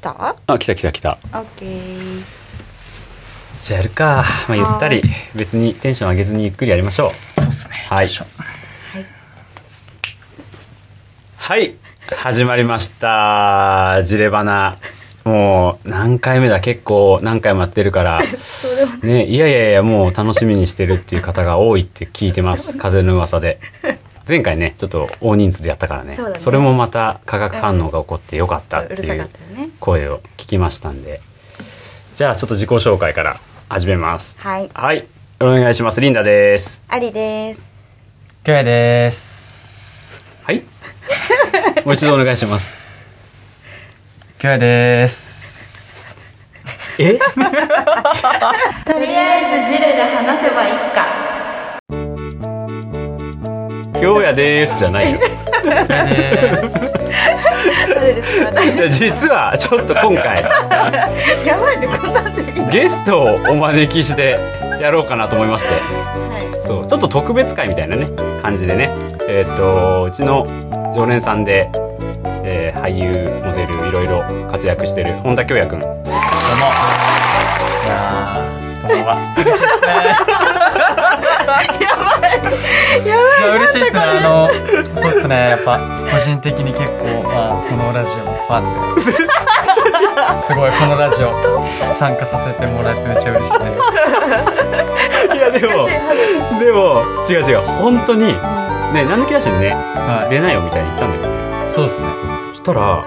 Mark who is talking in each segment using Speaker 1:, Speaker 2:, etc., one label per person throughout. Speaker 1: た
Speaker 2: あ来た来た来た
Speaker 1: ?OK
Speaker 2: じゃあやるか、まあ、ゆったり別にテンション上げずにゆっくりやりましょう
Speaker 3: そうですね。
Speaker 2: はいはい始まりましたジレバナもう何回目だ結構何回もやってるから
Speaker 1: それも
Speaker 2: ねいやいやいやもう楽しみにしてるっていう方が多いって聞いて ます風の噂で前回ねちょっと大人数でやったからね
Speaker 1: そうだね
Speaker 2: れもまた化学反応が起こってよかったって
Speaker 1: うる
Speaker 2: い
Speaker 1: さかっ
Speaker 2: う
Speaker 1: たよね
Speaker 2: 声を聞きましたんでじゃあちょっと自己紹介から始めます
Speaker 1: はい
Speaker 2: はいお願いしますリンダです
Speaker 1: ありです
Speaker 3: キョエです。
Speaker 2: はいもう一度お願いし ます
Speaker 3: キョエです。
Speaker 2: え
Speaker 1: とりあえずジレで話せばいいか
Speaker 2: 今日やですじゃないよ
Speaker 3: キョエです。
Speaker 1: 誰ですか
Speaker 2: いや実はちょっと今回
Speaker 1: やばいねこんなんで
Speaker 2: ゲストをお招きしてやろうかなと思いまして
Speaker 1: は
Speaker 2: そうちょっと特別会みたいなね感じでねえーっとうちの常連さんで、えー俳優モデルいろいろ活躍してる本田恭也くん
Speaker 3: どうも。いやー、こんばんは。嬉しいですね。やばい。やばい。や、嬉しいですね。あの、そうですね。やっぱ個人的に結構、まあこのラジオのファンで、すごいこのラジオ参加させてもらえてめっちゃ嬉しいです。
Speaker 2: いやでもでも違う違う本当にね何の気なしにね
Speaker 3: は
Speaker 2: 出ないよみたいに言ったんだけどね
Speaker 3: い。そうですね。
Speaker 2: そしたら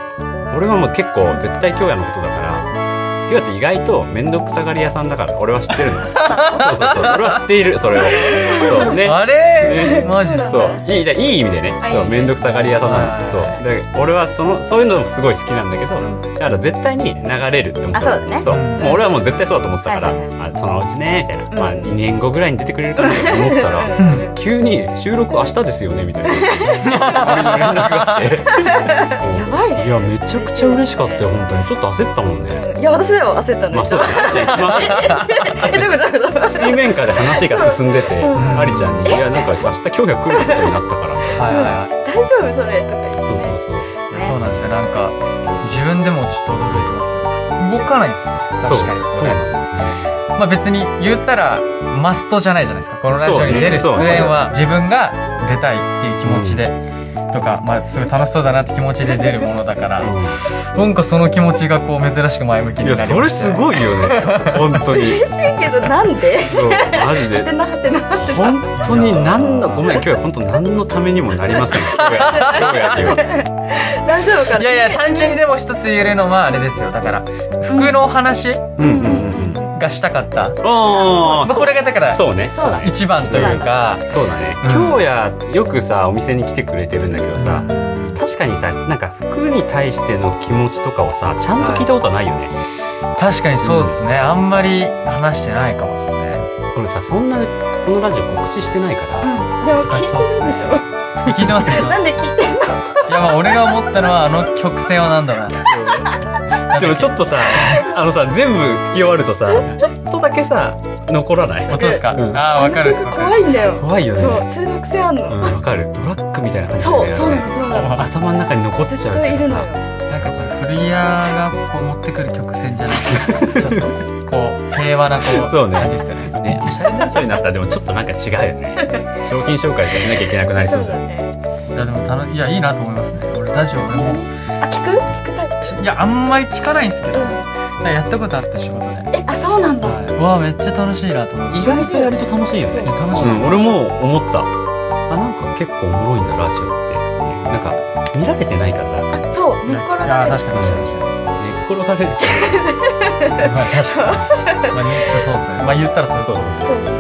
Speaker 2: 俺はもう結構絶対京也のことだから京也って意外と面倒くさがり屋さんだから俺は知ってる のそうそうそう俺は知っているそれをそうね
Speaker 3: あれ
Speaker 2: ね
Speaker 3: マジっすか
Speaker 2: そういいじゃあいい意味でね
Speaker 1: はい
Speaker 2: そう面倒くさがり屋さんな
Speaker 3: はい
Speaker 2: のそうで俺はそのそういうのもすごい好きなんだけどだから絶対に流れるって思ってた
Speaker 1: あそうだね
Speaker 2: そう
Speaker 3: うん
Speaker 2: もう俺はもう絶対そうだと思ってたから
Speaker 1: はいはい
Speaker 2: あそのうちねみたいなまあ
Speaker 1: うん
Speaker 2: 2年後ぐらいに出てくれるかなと思ってたら
Speaker 1: うん
Speaker 2: 急に収録明日ですよねみたい な俺に連絡が来て
Speaker 1: やばいね
Speaker 2: いやめちゃくちゃ嬉しかったよ本当にちょっと焦ったもんね
Speaker 1: いや私でも焦ったの
Speaker 2: まあそうだねじゃあ行きます
Speaker 1: えどこどこど こ
Speaker 2: 水面下で話が進んでて、
Speaker 1: うん
Speaker 2: ありちゃんに「いやなんか明日今日が来ることになったから」
Speaker 3: はいはいはい。
Speaker 1: 大丈夫それとか言って
Speaker 2: そうそうそう
Speaker 3: いやそうなんですよなんか自分でもちょっと驚いてますよ動かないんですよ
Speaker 2: そう
Speaker 3: 確かに
Speaker 2: そうなの
Speaker 3: まあ別に言ったらマストじゃないじゃないですかこのラジオに出る出
Speaker 2: そうねそう
Speaker 3: 演は自分が出たいっていう気持ちで、とか、まあ、すごい楽しそうだなって気持ちで出るものだから、なんかその気持ちがこう珍しく前向きに
Speaker 2: い
Speaker 3: なり
Speaker 2: や
Speaker 3: ました
Speaker 2: それす
Speaker 3: い
Speaker 2: ごいよね本当に
Speaker 1: 嬉しいけどなんで
Speaker 2: そうマジ
Speaker 1: はて
Speaker 2: で
Speaker 1: なはてなはてな
Speaker 2: 本当に何のごめん今日は本当何のためにもなりません今日や今日やっていう
Speaker 1: 大丈夫かない
Speaker 3: やいや単純にでも一つ言えるのはあれですよだから服のお話
Speaker 2: うんうんうんうん
Speaker 3: がしたかった、
Speaker 2: あ
Speaker 3: まあ、これがだから
Speaker 2: あそうねそうね
Speaker 3: 一番というか
Speaker 2: そうだね
Speaker 3: うん
Speaker 2: 今日やよくさお店に来てくれてるんだけどさ確かにさなんか服に対しての気持ちとかをさちゃんと聞いたことないよね
Speaker 3: 確かにそうですね、あんまり話してないかもですね
Speaker 2: 俺さそんなこのラジオ告知してないから、
Speaker 1: うんでも聞いてるでしょ
Speaker 3: 聞いてます聞いてま
Speaker 1: なん
Speaker 3: す
Speaker 1: で聞いてんの
Speaker 3: いやまあ俺が思ったのはあの曲線はなんだろう な
Speaker 2: でもちょっとさあのさ全部聞き終わるとさちょっとだけさ残らない
Speaker 3: 音ですか、
Speaker 2: うん
Speaker 3: ああわかるっすわかる
Speaker 1: 怖いんだよ
Speaker 2: 怖いよ
Speaker 1: そう
Speaker 2: ね
Speaker 1: 中毒性あん
Speaker 2: うん
Speaker 1: の
Speaker 2: わかるドラッグみたいな感じだ
Speaker 1: そ
Speaker 2: よ
Speaker 1: う
Speaker 2: ね
Speaker 1: そうなのそうなの
Speaker 2: 頭の中に残っちゃう
Speaker 1: ずっとい
Speaker 2: ってい
Speaker 1: る
Speaker 2: う
Speaker 1: の
Speaker 2: か
Speaker 1: よ
Speaker 2: さ
Speaker 3: なんかこうフリアがこう持ってくる曲線じゃないです かちょっとこう平和なこう
Speaker 2: そうね
Speaker 3: 感じですよね
Speaker 2: ねおしゃれな人になったらでもちょっとなんか違うよね商品紹介とかしなきゃいけなくなりそうじゃん
Speaker 1: ね
Speaker 3: いやでも楽いやいいなと思いますね俺ラジオ俺も
Speaker 1: あ聞く聞くタイプ
Speaker 3: いやあんまり聞かないんですけど
Speaker 1: う
Speaker 3: い
Speaker 1: ん
Speaker 3: ややったことあって仕事で、はい、
Speaker 1: えあそうなんだ
Speaker 3: うわめっちゃ楽しいなと思って
Speaker 2: 意外とやると楽しいよね
Speaker 3: いや楽し
Speaker 2: う
Speaker 3: いです
Speaker 2: ん、俺も思ったあなんか結構おもろいんだラジオってなんか見られてないから寝っ
Speaker 1: あそう寝っ転
Speaker 3: いや
Speaker 1: が
Speaker 3: ー
Speaker 1: れる
Speaker 3: 確かに確かに確かに
Speaker 2: 転がれ るし
Speaker 3: まあ確かにまあそうで すねまあ言ったらそう
Speaker 2: そうそうそう
Speaker 1: そう
Speaker 2: そうっ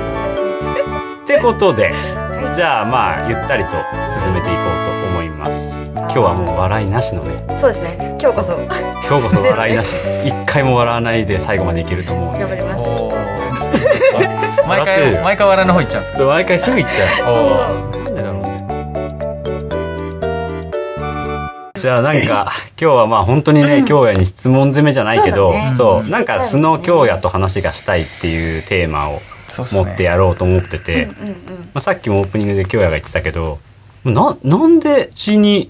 Speaker 2: てことでじゃあまあゆったりと進めていこうと思います今日はもう笑いなしのね
Speaker 1: そうですね今日こそ頑
Speaker 2: 今日こそ笑い なし一回も笑わないで最後までいけると思うんで
Speaker 1: 張ります
Speaker 3: おー 毎
Speaker 2: 笑ってる
Speaker 3: 回
Speaker 2: よ
Speaker 3: 毎回笑いの方行っちゃうんですか
Speaker 2: 毎回すぐ行っちゃ
Speaker 3: おー
Speaker 2: うなんでだろうねじゃあなんか 今日はまあ本当にね京也に質問攻めじゃないけ
Speaker 1: そ
Speaker 2: ど
Speaker 1: うだ
Speaker 3: ね
Speaker 2: そうなんか素の京也と話がしたいっていうテーマを
Speaker 3: そうっす
Speaker 2: 持
Speaker 3: ね
Speaker 2: ってやろうと思ってて、
Speaker 1: うんうん
Speaker 2: まあ、さっきもオープニングで京也が言ってたけどななんでうちに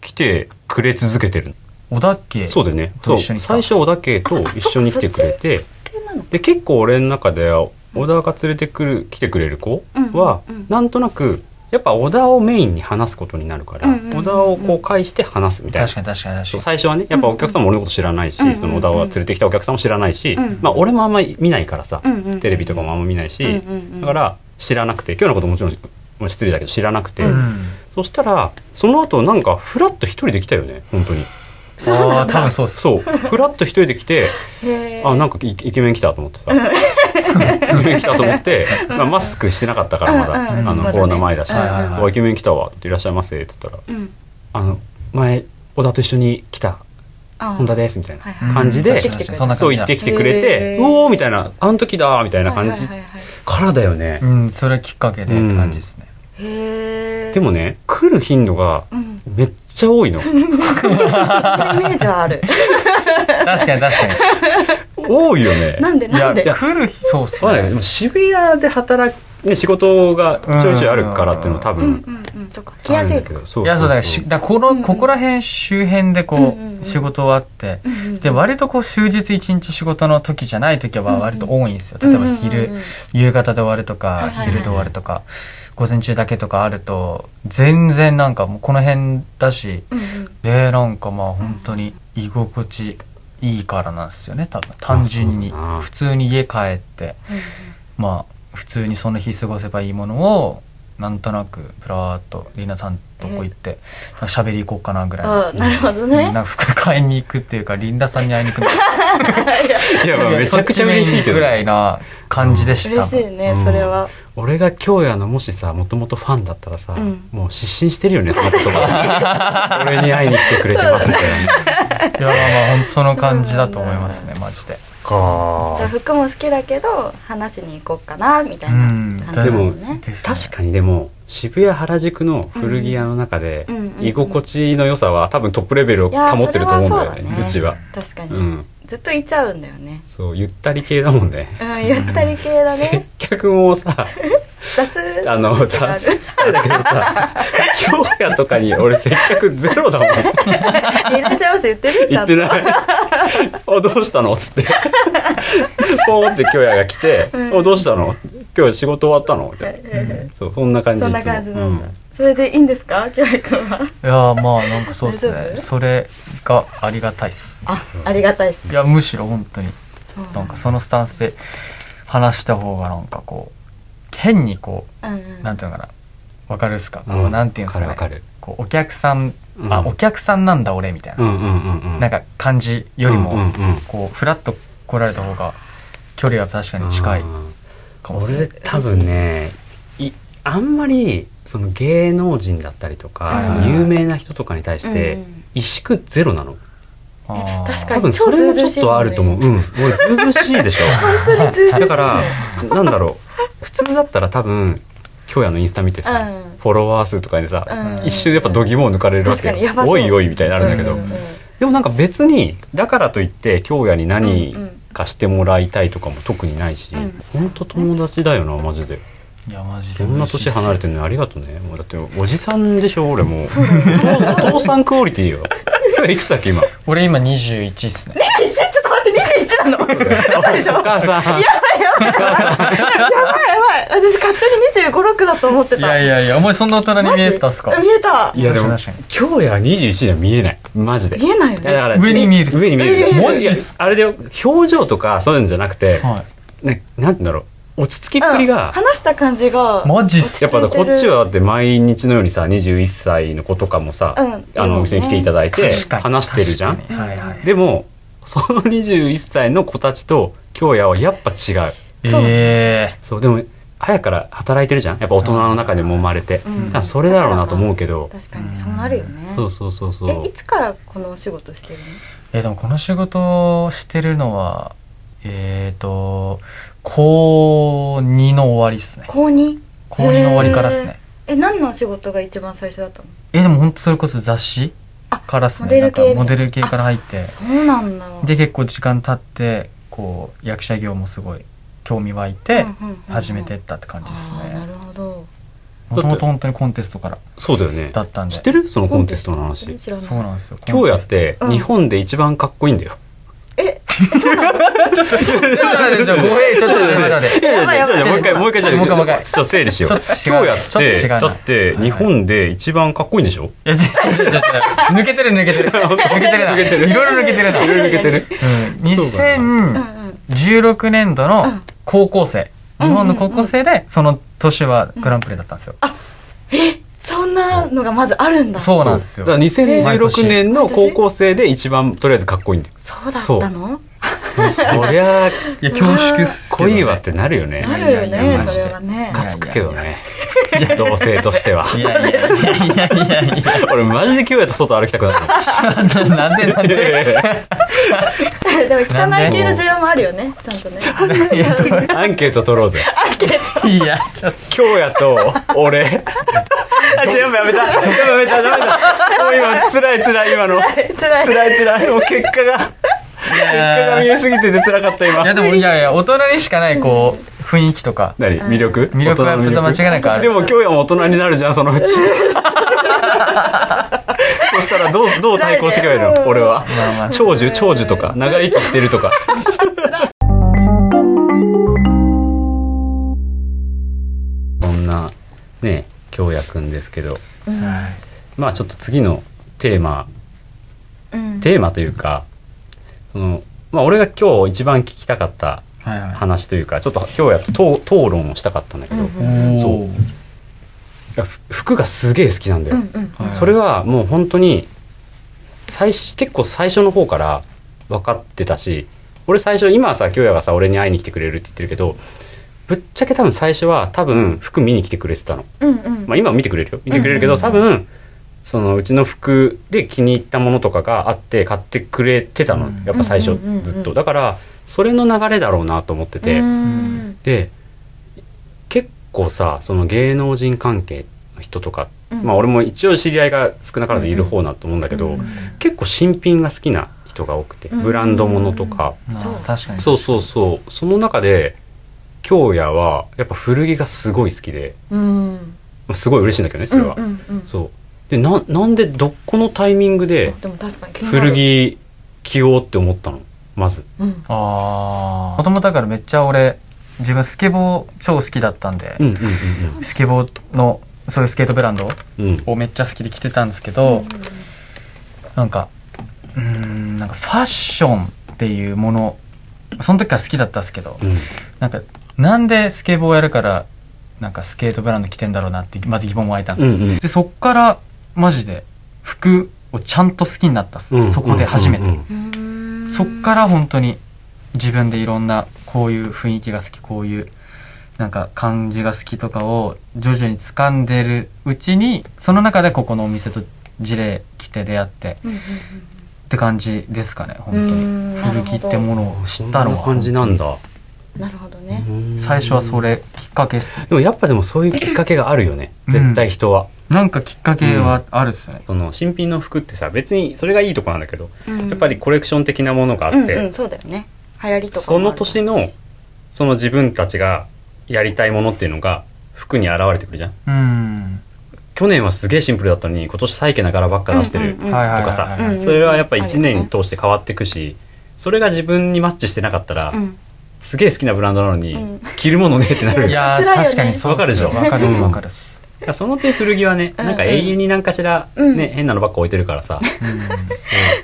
Speaker 2: 来てくれ続けてるの
Speaker 3: 小田家
Speaker 2: そうだよねそ
Speaker 3: と
Speaker 2: う
Speaker 3: 一緒に来た
Speaker 2: 最初小田家と一緒に来てくれて
Speaker 1: 系なの
Speaker 2: で結構俺の中では小田が連れてくる来てくれる子は、
Speaker 1: うんうんうん
Speaker 2: なんとなくやっぱ小田をメインに話すことになるから、
Speaker 1: うんうんうんうん
Speaker 2: 小田をこう介して話すみたいな
Speaker 3: 確かに確かに
Speaker 2: そう
Speaker 3: 確か
Speaker 2: 最初はねやっぱお客さんも俺のこと知らないし、
Speaker 1: うん
Speaker 2: その小田を連れてきたお客さんも知らないし、
Speaker 1: うん
Speaker 2: まあ、俺もあんまり見ないからさ、
Speaker 1: うんうんうん
Speaker 2: テレビとかもあんま見ないし、
Speaker 1: うんうんうん
Speaker 2: だから知らなくて今日のこともちろんもう失礼だけど知らなくて、
Speaker 1: う
Speaker 3: に。
Speaker 1: ん
Speaker 3: ん。
Speaker 2: そしたらその後なんかフラッと一人で来たよね本当に
Speaker 3: ああ、多分そうっす。
Speaker 2: そうフラッと一人で来て
Speaker 1: へ
Speaker 2: あなんかイイケメン来たと思ってさイケメン来たと思って、まあ、マスクしてなかったからまだ、
Speaker 1: うんうん
Speaker 2: あ
Speaker 3: まだ
Speaker 2: の
Speaker 3: ね
Speaker 2: コロナ前だし「
Speaker 3: はいはいはい
Speaker 2: おイケメン来たわ」って「いらっしゃいませ」っつったら「
Speaker 1: うん
Speaker 2: あの前小田と一緒に来た
Speaker 1: あ
Speaker 2: 本田です」みたいな
Speaker 1: はいはい
Speaker 2: 感じ
Speaker 3: うん
Speaker 2: で
Speaker 3: 確かに確かにそんな
Speaker 2: そ
Speaker 3: 感
Speaker 2: う
Speaker 3: じ
Speaker 2: 言
Speaker 3: だ
Speaker 2: ってきてくれて
Speaker 1: へ
Speaker 2: 「う
Speaker 1: ー
Speaker 2: おー」みたいな「あの時だ」みたいな感じ
Speaker 1: はいはいはいはい
Speaker 2: からだよね
Speaker 3: う。ん、それはきっかけでって感じですね。
Speaker 1: へえ
Speaker 2: でもね来る頻度が
Speaker 1: うん
Speaker 2: めっちゃ多いの
Speaker 1: イメージはあ る
Speaker 3: 確かに確かに。
Speaker 2: 多いよね。
Speaker 1: なんでなんで
Speaker 2: いや
Speaker 3: 来るそうっす
Speaker 2: まあね、で
Speaker 3: ね。
Speaker 2: も渋谷で働く、ね、仕事がちょいちょいあるからっていうのは多
Speaker 1: うん
Speaker 2: 分
Speaker 1: うんうんそっか来や
Speaker 2: あるん
Speaker 1: す
Speaker 2: だ
Speaker 1: い
Speaker 2: け
Speaker 1: か
Speaker 2: ど、そ
Speaker 3: いや、そうだからし、だからこの、
Speaker 1: んうん
Speaker 3: ここら辺周辺でこ
Speaker 1: うんうんうん
Speaker 3: う、仕事はあって、で、割とこう、終日一日仕事の時じゃない時は割と多いんですよ。例えば昼、
Speaker 1: うんうんうん
Speaker 3: 夕方で終わると
Speaker 1: はい
Speaker 3: か、
Speaker 1: はいはい
Speaker 3: 昼で終わるとか、午前中だけとかあると、全然なんかもうこの辺だし、
Speaker 1: うんうん
Speaker 3: で、なんかまあ本当に居心地いいからなんですよね、多分。単純に
Speaker 2: あそうだな。
Speaker 3: 普通に家帰って、まあ普通にその日過ごせばいいものを、なんとなく、ぶらーっと、りなさんとこ行って、なんか喋り行こうかなぐらいな。
Speaker 1: あなるほど
Speaker 3: なん
Speaker 1: ね
Speaker 3: か服買いに行くっていうか、リンダさんに会いに行くみたいな。
Speaker 2: い やまあめちゃくちゃ嬉しいけど
Speaker 3: ぐらいな感じでした
Speaker 1: 嬉しいね
Speaker 2: うん
Speaker 1: それは
Speaker 2: 俺が京也のもしさもともとファンだったらさ、
Speaker 1: うん
Speaker 2: もう失神してるよ ねその言葉俺に会いに来てくれてますみたいない
Speaker 3: やまあまあ本当その感じだと思いますねマジで
Speaker 2: か
Speaker 1: じゃあ服も好きだけど話しに行こうかなみたいな感じ
Speaker 2: でも
Speaker 1: だね
Speaker 2: 確かにでも渋谷原宿の古着屋の中で
Speaker 1: うんうんうん
Speaker 2: 居心地の良さは多分トップレベルを保ってると思うんだよ
Speaker 1: いやそれは
Speaker 2: ね
Speaker 1: そうだね
Speaker 2: うちは、
Speaker 1: 確かに、
Speaker 2: うん、
Speaker 1: ずっといちゃうんだよね
Speaker 2: そうゆったり系だもんね
Speaker 1: うんゆったり系だ
Speaker 2: 接
Speaker 1: ね
Speaker 2: 客もさ
Speaker 1: 雑
Speaker 2: あ の
Speaker 1: ある
Speaker 2: 雑だけどさ京也とかに俺接客ゼロだもん
Speaker 1: いらっしゃいませ言ってるち
Speaker 2: 行
Speaker 1: ゃ
Speaker 2: っ
Speaker 1: んと
Speaker 2: てない「 おどうしたの?」っつってポーって京也が来て「おどうしたの今日仕事終わったの?」みたい
Speaker 1: はいはいはい
Speaker 2: なそうそんな感じ
Speaker 1: そん
Speaker 2: い
Speaker 1: な
Speaker 2: つも
Speaker 1: 感じなんだ、
Speaker 2: うん
Speaker 1: それでいいんですかきょうやくんはい
Speaker 3: やまあなんかそうです
Speaker 1: 大
Speaker 3: ね
Speaker 1: 丈夫
Speaker 3: それがありがたいっす
Speaker 1: あありがたいです
Speaker 3: いやむしろ本当に
Speaker 1: そう
Speaker 3: なんかそのスタンスで話した方がなんかこう変にこ
Speaker 1: うんう
Speaker 3: うんなんていうのかなわかるっすか、
Speaker 2: う
Speaker 3: こうんなんていうんですかね
Speaker 2: わかるわかる
Speaker 3: こうお客さん、あ
Speaker 2: うん
Speaker 3: お客さんなんだ俺みたいな、
Speaker 2: うんうんうんうん
Speaker 3: なんか感じよりも、
Speaker 2: うんうんうん
Speaker 3: こうフラッと来られた方が距離は確かに近い
Speaker 2: うん
Speaker 3: かもしれな
Speaker 2: 俺
Speaker 3: い
Speaker 2: 多分ねいあんまりその芸能人だったりと
Speaker 1: は
Speaker 2: か
Speaker 1: い
Speaker 2: その有名な人とかに対して
Speaker 1: うんうん
Speaker 2: 萎縮ゼロなの
Speaker 3: あー
Speaker 1: 確か
Speaker 2: 多分それもちょっとあると思ううん俺ずうずうしいでしょ
Speaker 1: 本当にずうずうしい
Speaker 2: だから、なんだろう。普通だったら多分、京也のインスタ見てさ、
Speaker 1: うん
Speaker 2: フォロワー数とかでさ、
Speaker 1: うん
Speaker 2: 一瞬やっぱ度肝を抜かれるわ
Speaker 1: 確
Speaker 2: け
Speaker 1: か
Speaker 2: よ
Speaker 1: にやば。そう
Speaker 2: おいおいみたいになるんだけど。
Speaker 1: ううん
Speaker 2: でもなんか別に、だからといって、京也に何
Speaker 1: うんうん
Speaker 2: かしてもらいたいとかも特にないし、
Speaker 1: うん
Speaker 2: ほんと友達だよな、マジで。
Speaker 3: いやマジで
Speaker 2: こんな年離れて
Speaker 3: る
Speaker 2: んのにありがとね。もうだって、おじさんでしょ、俺もう。お父さんクオリティよ。 今日いくつだっ け、今。
Speaker 3: 俺今21っすね
Speaker 1: えちょっと待って21なのやばいや
Speaker 2: お母さん。
Speaker 1: ばい私勝手に2 5 6だと思ってた
Speaker 3: いやいやいやお前そんな大人に見えたっすか
Speaker 1: マジ見えた
Speaker 2: いやでも、今
Speaker 3: 確かに
Speaker 2: 日や21には見えない。マジで。
Speaker 1: 見えないよね
Speaker 2: やだから
Speaker 3: 上に見える
Speaker 2: 上に見える。
Speaker 1: 上に見
Speaker 2: い
Speaker 3: える
Speaker 2: や
Speaker 3: マジっす
Speaker 2: あれで表情とかそういうんじゃなくて、
Speaker 3: は
Speaker 2: ね、なんて言うんだろう。落ち着きっ
Speaker 1: うん
Speaker 2: ぷりが、
Speaker 1: 話した感じが
Speaker 3: いマジっす
Speaker 2: やっぱこっち
Speaker 1: は
Speaker 2: はだって毎日のようにさ、21歳の子とかもさ、
Speaker 1: うん
Speaker 2: あのお店に来ていただいて、
Speaker 3: 確かに
Speaker 2: 話してるじゃん
Speaker 3: 確。かにはいはい
Speaker 2: でも、その21歳の子たちと京也はやっぱ違う。
Speaker 1: そう
Speaker 3: え
Speaker 2: そう、でも、早くから働いてるじゃん。やっぱ大人の中でも生まれて。
Speaker 1: うん
Speaker 2: 多分それだろうなと思うけど。
Speaker 1: 確かにそうなるよね
Speaker 2: そうそうそうそう。
Speaker 1: えいつからこのお仕事してる
Speaker 3: ー、えでもこの仕事をしてるのはえっ、ー、と高2の終わりっすね
Speaker 1: の高2
Speaker 3: 高2の終わりからっすね
Speaker 1: え何のお仕事が一番最初だったの
Speaker 3: えでも本当それこそ雑誌
Speaker 1: あ
Speaker 3: からっす
Speaker 1: モデル
Speaker 3: ねなんか
Speaker 1: 系
Speaker 3: モデル系から入って
Speaker 1: そうなんだ
Speaker 3: で結構時間経ってこう役者業もすごい興味湧いて
Speaker 1: うんうんうんうん
Speaker 3: 始めてったって感じですね、
Speaker 1: あーなるほど
Speaker 3: もともと本当にコンテストから
Speaker 2: そうだよね
Speaker 3: だったんで
Speaker 2: 知ってるそのコンテストの話
Speaker 1: 知らない
Speaker 3: そうなんですよ
Speaker 2: 京也って
Speaker 1: うん
Speaker 2: 日本で一番かっこいいんだよ、
Speaker 3: ちょっと待ってちょっとごめんちょっと待ってちょっと待って
Speaker 2: いや いやいやちょっともう一回もう一回じゃあ
Speaker 3: もう一回もう一回
Speaker 2: ちょっと整理しよ
Speaker 3: ちょ
Speaker 2: う
Speaker 3: っと違う
Speaker 2: 京也っ
Speaker 3: ちょっと違
Speaker 2: て
Speaker 3: うな
Speaker 2: だって日本で一番かっこいいんでしょ
Speaker 3: いや、違う違う違う違う 抜けてる抜けて る。抜けてるな。
Speaker 2: 抜けてる
Speaker 3: いろいろ抜けてるな。
Speaker 2: いろいろ抜けてる
Speaker 3: うん。2016年度の高校生。日本の高校生で、その年はグランプリだったんですよ。
Speaker 1: そんなのがまずあるんだそう
Speaker 3: そうなんですよ。
Speaker 2: だから
Speaker 3: 毎
Speaker 2: 2016
Speaker 3: 年
Speaker 2: 年の高校生で一番とりあえずかっこいいんだよ
Speaker 1: だったの
Speaker 2: そりゃか
Speaker 3: いや、
Speaker 1: 恐縮っ
Speaker 2: っこいいわってなるよね
Speaker 1: あるよ
Speaker 3: いやいや
Speaker 1: ね
Speaker 3: マジ
Speaker 1: そ
Speaker 3: で
Speaker 1: れはね
Speaker 2: かつくけどね同性としてはい
Speaker 3: やいやいやいやいやい
Speaker 2: 俺マジで京也と外歩きたくなる
Speaker 3: や。なんでなんで。
Speaker 1: でも汚い系の需要もあるよねちゃんとね
Speaker 3: いやどう
Speaker 2: アンケート取ろうぜ
Speaker 3: いや、ちょっ
Speaker 2: 京也と 俺あやばいやめたやばいやめたダメだもう今辛い辛い今の
Speaker 1: 辛い
Speaker 2: 辛い辛いもう結果が結
Speaker 3: と。い
Speaker 2: 果が
Speaker 3: や
Speaker 2: 見
Speaker 3: い
Speaker 2: えすぎてて辛かった
Speaker 3: や、
Speaker 2: 今
Speaker 3: でもいやいや、大人にしかないこう、雰囲気とか。
Speaker 2: 何魅力
Speaker 3: 魅力はやっぱ間違いなくある
Speaker 2: でも京也も大人になるじゃんそ のうちそしたらどうどう対抗していけばいいの俺は
Speaker 3: まあまあ。
Speaker 2: 長寿長寿とか長生きしてると かこんなね京也くんですけど
Speaker 3: はい
Speaker 2: まあちょっと次のテーマ
Speaker 1: うん
Speaker 2: テーマというかその、まあ、俺が今日一番聞きたかった
Speaker 3: はいは
Speaker 2: 話というかちょっと京也と討討論をしたかったんだけど、い
Speaker 3: い。
Speaker 2: そう
Speaker 3: おー
Speaker 2: やふ服がすげえ好きなんだ
Speaker 1: う
Speaker 2: よ。
Speaker 1: んうん
Speaker 3: はい
Speaker 2: それはもう本当に最初結構最初の方から分かってたし俺最初今はさ京也がさ俺に会いに来てくれるって言ってるけどぶっちゃけ多分最初は多分服見に来てくれてたの、
Speaker 1: うんうん
Speaker 2: まあ、今は見てくれるよ見てくれるけど、
Speaker 3: うんうん
Speaker 2: 多分そのうちの服で気に入ったものとかがあって買ってくれてたの、
Speaker 3: うん
Speaker 2: やっぱ最
Speaker 1: う
Speaker 2: 初
Speaker 1: んうんうんうん
Speaker 2: ずっとだからそれの流れだろうなと思ってて、
Speaker 1: うん
Speaker 2: で結構さその芸能人関係の人とか、
Speaker 1: うん
Speaker 2: まあ俺も一応知り合いが少なからずいる方だと思うんだけど、
Speaker 1: うんうん
Speaker 2: 結構新品が好きな人が多くて、
Speaker 1: うん
Speaker 2: ブランドものとか、
Speaker 3: まあ
Speaker 1: そう
Speaker 3: 確かに。
Speaker 2: そうそうそうその中で京也はやっぱ古着がすごい好きで
Speaker 1: うん
Speaker 2: すごい嬉しいんだけどねそれは。
Speaker 1: うんうんうん
Speaker 2: そうでななんでどこのタイミングで
Speaker 1: でも確かに気になる
Speaker 2: 古着着ようって思ったのまず。
Speaker 1: うん
Speaker 3: ああもともとだからめっちゃ俺自分スケボー超好きだったんで、
Speaker 2: うんうん
Speaker 3: スケボーのそういうスケートブランド
Speaker 2: うんうん
Speaker 3: をめっちゃ好きで着てたんですけど、なんかうーんなんかファッションっていうものその時から好きだったんですけど、
Speaker 2: うん
Speaker 3: なんかなんでスケボーやるからなんかスケートブランド着てんだろうなってまず疑問湧いたんです
Speaker 2: う
Speaker 3: よ、
Speaker 2: んうん
Speaker 3: でそっからマジで服をちゃんと好きになったっす、
Speaker 2: うん
Speaker 3: そこで初めて、
Speaker 2: うんうんうん
Speaker 1: うん
Speaker 3: そっから本当に自分でいろんなこういう雰囲気が好きこういうなんか感じが好きとかを徐々に掴んでるうちにその中でここのお店と事例来て出会って
Speaker 1: うんうん
Speaker 3: って感じですかね本当
Speaker 1: うん
Speaker 3: に古着ってものを知
Speaker 2: そ
Speaker 3: っ
Speaker 2: ん
Speaker 3: た
Speaker 2: な
Speaker 3: のは
Speaker 2: 感じなんだ。
Speaker 1: うんなるほどね
Speaker 3: 最初は
Speaker 2: れ
Speaker 3: それきっかけっす
Speaker 2: でもやっぱでもそういうきっかけがあるよね。
Speaker 3: うん
Speaker 2: 絶対人は。
Speaker 3: なんかきっかけはあるっすね、
Speaker 2: その新品の服ってさ、別にそれがいいとこなんだけど、
Speaker 1: うん
Speaker 2: やっぱりコレクション的なものがあって、
Speaker 1: うんうんそうだよね流行りとかも
Speaker 2: そ
Speaker 1: ある
Speaker 2: の年の、その自分たちがやりたいものっていうのが服に現れてくるじゃん。
Speaker 3: うん
Speaker 2: 去年はすげえシンプルだったのに、今年サイケな柄ばっか出してる
Speaker 1: うん
Speaker 2: と
Speaker 1: うんうん
Speaker 3: はいはいはいはい
Speaker 2: か
Speaker 1: うんうんう
Speaker 2: さ、
Speaker 1: ん
Speaker 2: それはやっぱ
Speaker 1: あ
Speaker 2: 1
Speaker 1: るよ
Speaker 2: 年
Speaker 1: ね
Speaker 2: 通して変わってくし、それが自分にマッチしてなかったら
Speaker 1: う、ん
Speaker 2: すげえ好きなブランドなのに
Speaker 1: うん、
Speaker 2: 着るものねってなるよ
Speaker 3: い
Speaker 2: ね。
Speaker 3: やー
Speaker 1: 辛いよね
Speaker 3: 確かにそうっすよ
Speaker 2: わ
Speaker 3: わ
Speaker 2: か
Speaker 3: か
Speaker 2: る
Speaker 3: る
Speaker 2: でし
Speaker 3: っ
Speaker 2: ょ
Speaker 3: すわかるっす、
Speaker 2: だからその手古着はね、なんか永遠に何かしら、
Speaker 1: うん
Speaker 2: ね、変なのばっか置いてるからさ、
Speaker 3: うん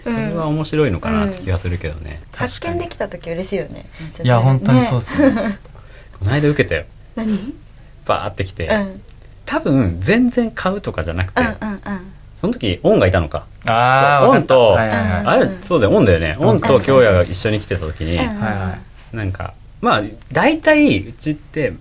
Speaker 2: そうそれは面白いのかなって気がするけどね、
Speaker 1: 発見できた時嬉しいよね
Speaker 3: いや本当にそう
Speaker 1: ね
Speaker 3: っすね
Speaker 2: この間受けたよ
Speaker 1: 何うん
Speaker 2: バーってきて、
Speaker 1: うん
Speaker 2: 多分全然買うとかじゃなくて、
Speaker 1: うんうん
Speaker 2: その時オンがいたのか、そう
Speaker 3: ああ、わかった
Speaker 2: オンと
Speaker 3: はいはいはい。
Speaker 2: あれ
Speaker 1: うん
Speaker 2: そうだよオンだよねオン
Speaker 3: う
Speaker 2: と
Speaker 3: ん
Speaker 2: 京也が一緒に来てた時
Speaker 1: う
Speaker 2: に、
Speaker 1: ん
Speaker 3: はいはい
Speaker 2: なんかまあ大体うちって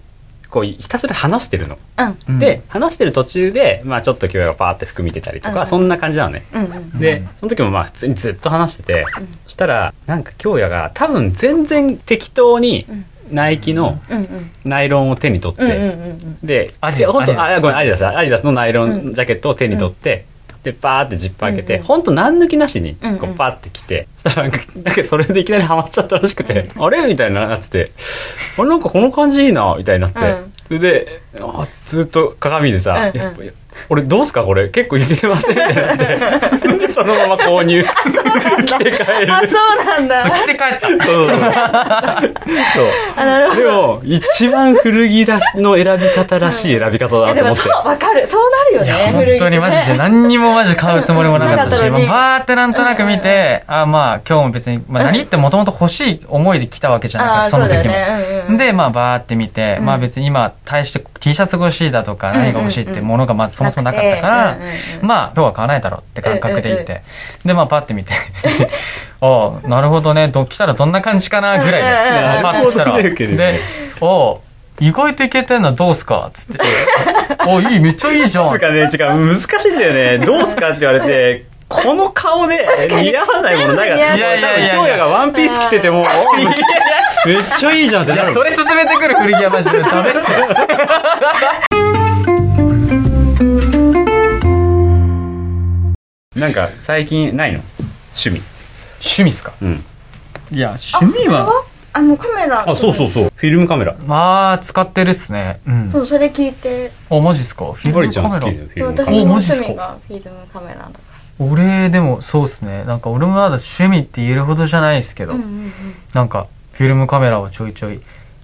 Speaker 2: こうひたすら話してるの、
Speaker 1: うん
Speaker 3: うん
Speaker 2: で、話してる途中で、まあ、ちょっと京也がバーって服見てたりとか、
Speaker 1: うん
Speaker 2: そんな感じなのね
Speaker 1: うんうん
Speaker 2: で、
Speaker 3: うん
Speaker 2: その時もまあ普通にずっと話してて、そしたらなんか京也が多分全然適当に
Speaker 1: うん
Speaker 2: ナイキの
Speaker 1: うんうん
Speaker 2: ナイロンを手に取って、
Speaker 1: うんうんうんうん
Speaker 2: で、
Speaker 3: アディ
Speaker 2: で
Speaker 3: ダス
Speaker 2: 本当
Speaker 3: アディダス
Speaker 2: あごめんアディダスだアディダスのナイロンジャケットを手に取って、でバーってジッパー開けて、
Speaker 1: うんうん
Speaker 2: 本当何抜きなしに
Speaker 1: うんうん
Speaker 2: こうパーって来て、そしたらなんかなんかそれでいきなりハマっちゃったらしくて、あれみたいになっててあれなんかこの感じいいなみたいになって、
Speaker 1: うん
Speaker 2: であーずっと鏡でさ
Speaker 1: うんうん
Speaker 2: 「やっぱいや俺どうすかこれ結構いけてません」って なってでそのまま購入着て帰る
Speaker 1: あ、そうなん
Speaker 3: そう
Speaker 1: だ。
Speaker 3: 着て帰った
Speaker 2: そうそうそう
Speaker 1: あ、なるほ
Speaker 2: そう
Speaker 1: ど。
Speaker 2: でも一番古着らしの選び方らしい選び方だ
Speaker 1: え
Speaker 2: と
Speaker 1: で
Speaker 2: 思
Speaker 1: も
Speaker 2: って
Speaker 1: そう、わかる。そうなるよ
Speaker 3: い
Speaker 1: ね
Speaker 3: や。
Speaker 1: 古
Speaker 3: 本
Speaker 1: い
Speaker 3: 当にマジで何にもマジ買うつもりもなかった
Speaker 1: なか
Speaker 3: し、
Speaker 1: った
Speaker 3: ま
Speaker 1: のに
Speaker 3: あバーってなんとなく見て、あまあ今日も別に、まあ何ってもともと欲しい思いで来たわけじゃなか
Speaker 1: あ
Speaker 3: っ
Speaker 1: あ、
Speaker 3: た、
Speaker 1: そ
Speaker 3: そうの
Speaker 1: だよ
Speaker 3: 時
Speaker 1: ね。うんう
Speaker 3: も。
Speaker 1: ん、
Speaker 3: で、まあバーって見て、まあ別に今、対して T シャツが欲しいだとか、何が欲しいってものがまずそもそもなかったか
Speaker 1: う
Speaker 3: ら
Speaker 1: んうんう、ん
Speaker 3: まあ今日は買わないだろうって感覚でい
Speaker 1: うんうん
Speaker 3: て。で、まあパって見て、 ああ、なるほどね、ど、来たらどんな感じかなぐらいで、
Speaker 2: うんうんうん
Speaker 3: パって来たら。
Speaker 2: なるほどねけどね
Speaker 3: で、お意外といけてんのどうすかつ って。おいい、めっちゃいいじゃん
Speaker 2: つう。かね、違う、難しいんだよね。どうすかって言われて、この顔で似合わないものないか
Speaker 1: 全部
Speaker 2: ら、多
Speaker 3: 似合ういやいやい
Speaker 2: 分
Speaker 3: や
Speaker 2: 京也がワンピース着てても、おいめっちゃいいじゃんって
Speaker 3: い
Speaker 2: な
Speaker 3: や、
Speaker 2: る
Speaker 3: そ。れ進めてくる古着屋マジでダメっすよ。
Speaker 2: なんか、最近ないの趣味。
Speaker 3: 趣味っすか
Speaker 2: うん。
Speaker 3: いや、趣味は。
Speaker 1: あの、カメラ。
Speaker 2: あ、そうそうそう。フィルムカメラ。
Speaker 3: まあ、使ってるっすね。うん
Speaker 1: そ。う、それ聞いて、
Speaker 3: お、マジっすかフィ
Speaker 2: マ
Speaker 3: ル
Speaker 2: リ
Speaker 3: ム
Speaker 2: ちゃん好
Speaker 3: カ
Speaker 2: きだ
Speaker 3: メ
Speaker 2: よ、
Speaker 3: ラ。
Speaker 2: フィル
Speaker 1: そう
Speaker 2: ムカ
Speaker 1: 私
Speaker 2: メ
Speaker 1: の
Speaker 2: ラ。
Speaker 3: おマジっす
Speaker 1: 趣
Speaker 3: か
Speaker 1: 味がフィルムカメラだか
Speaker 3: 俺、でも、そうっすね。なんか、俺もまだ趣味って言えるほどじゃないっすけど
Speaker 1: ら。うん、うんうん。
Speaker 3: なんか、フィルムカメラをちょいちょい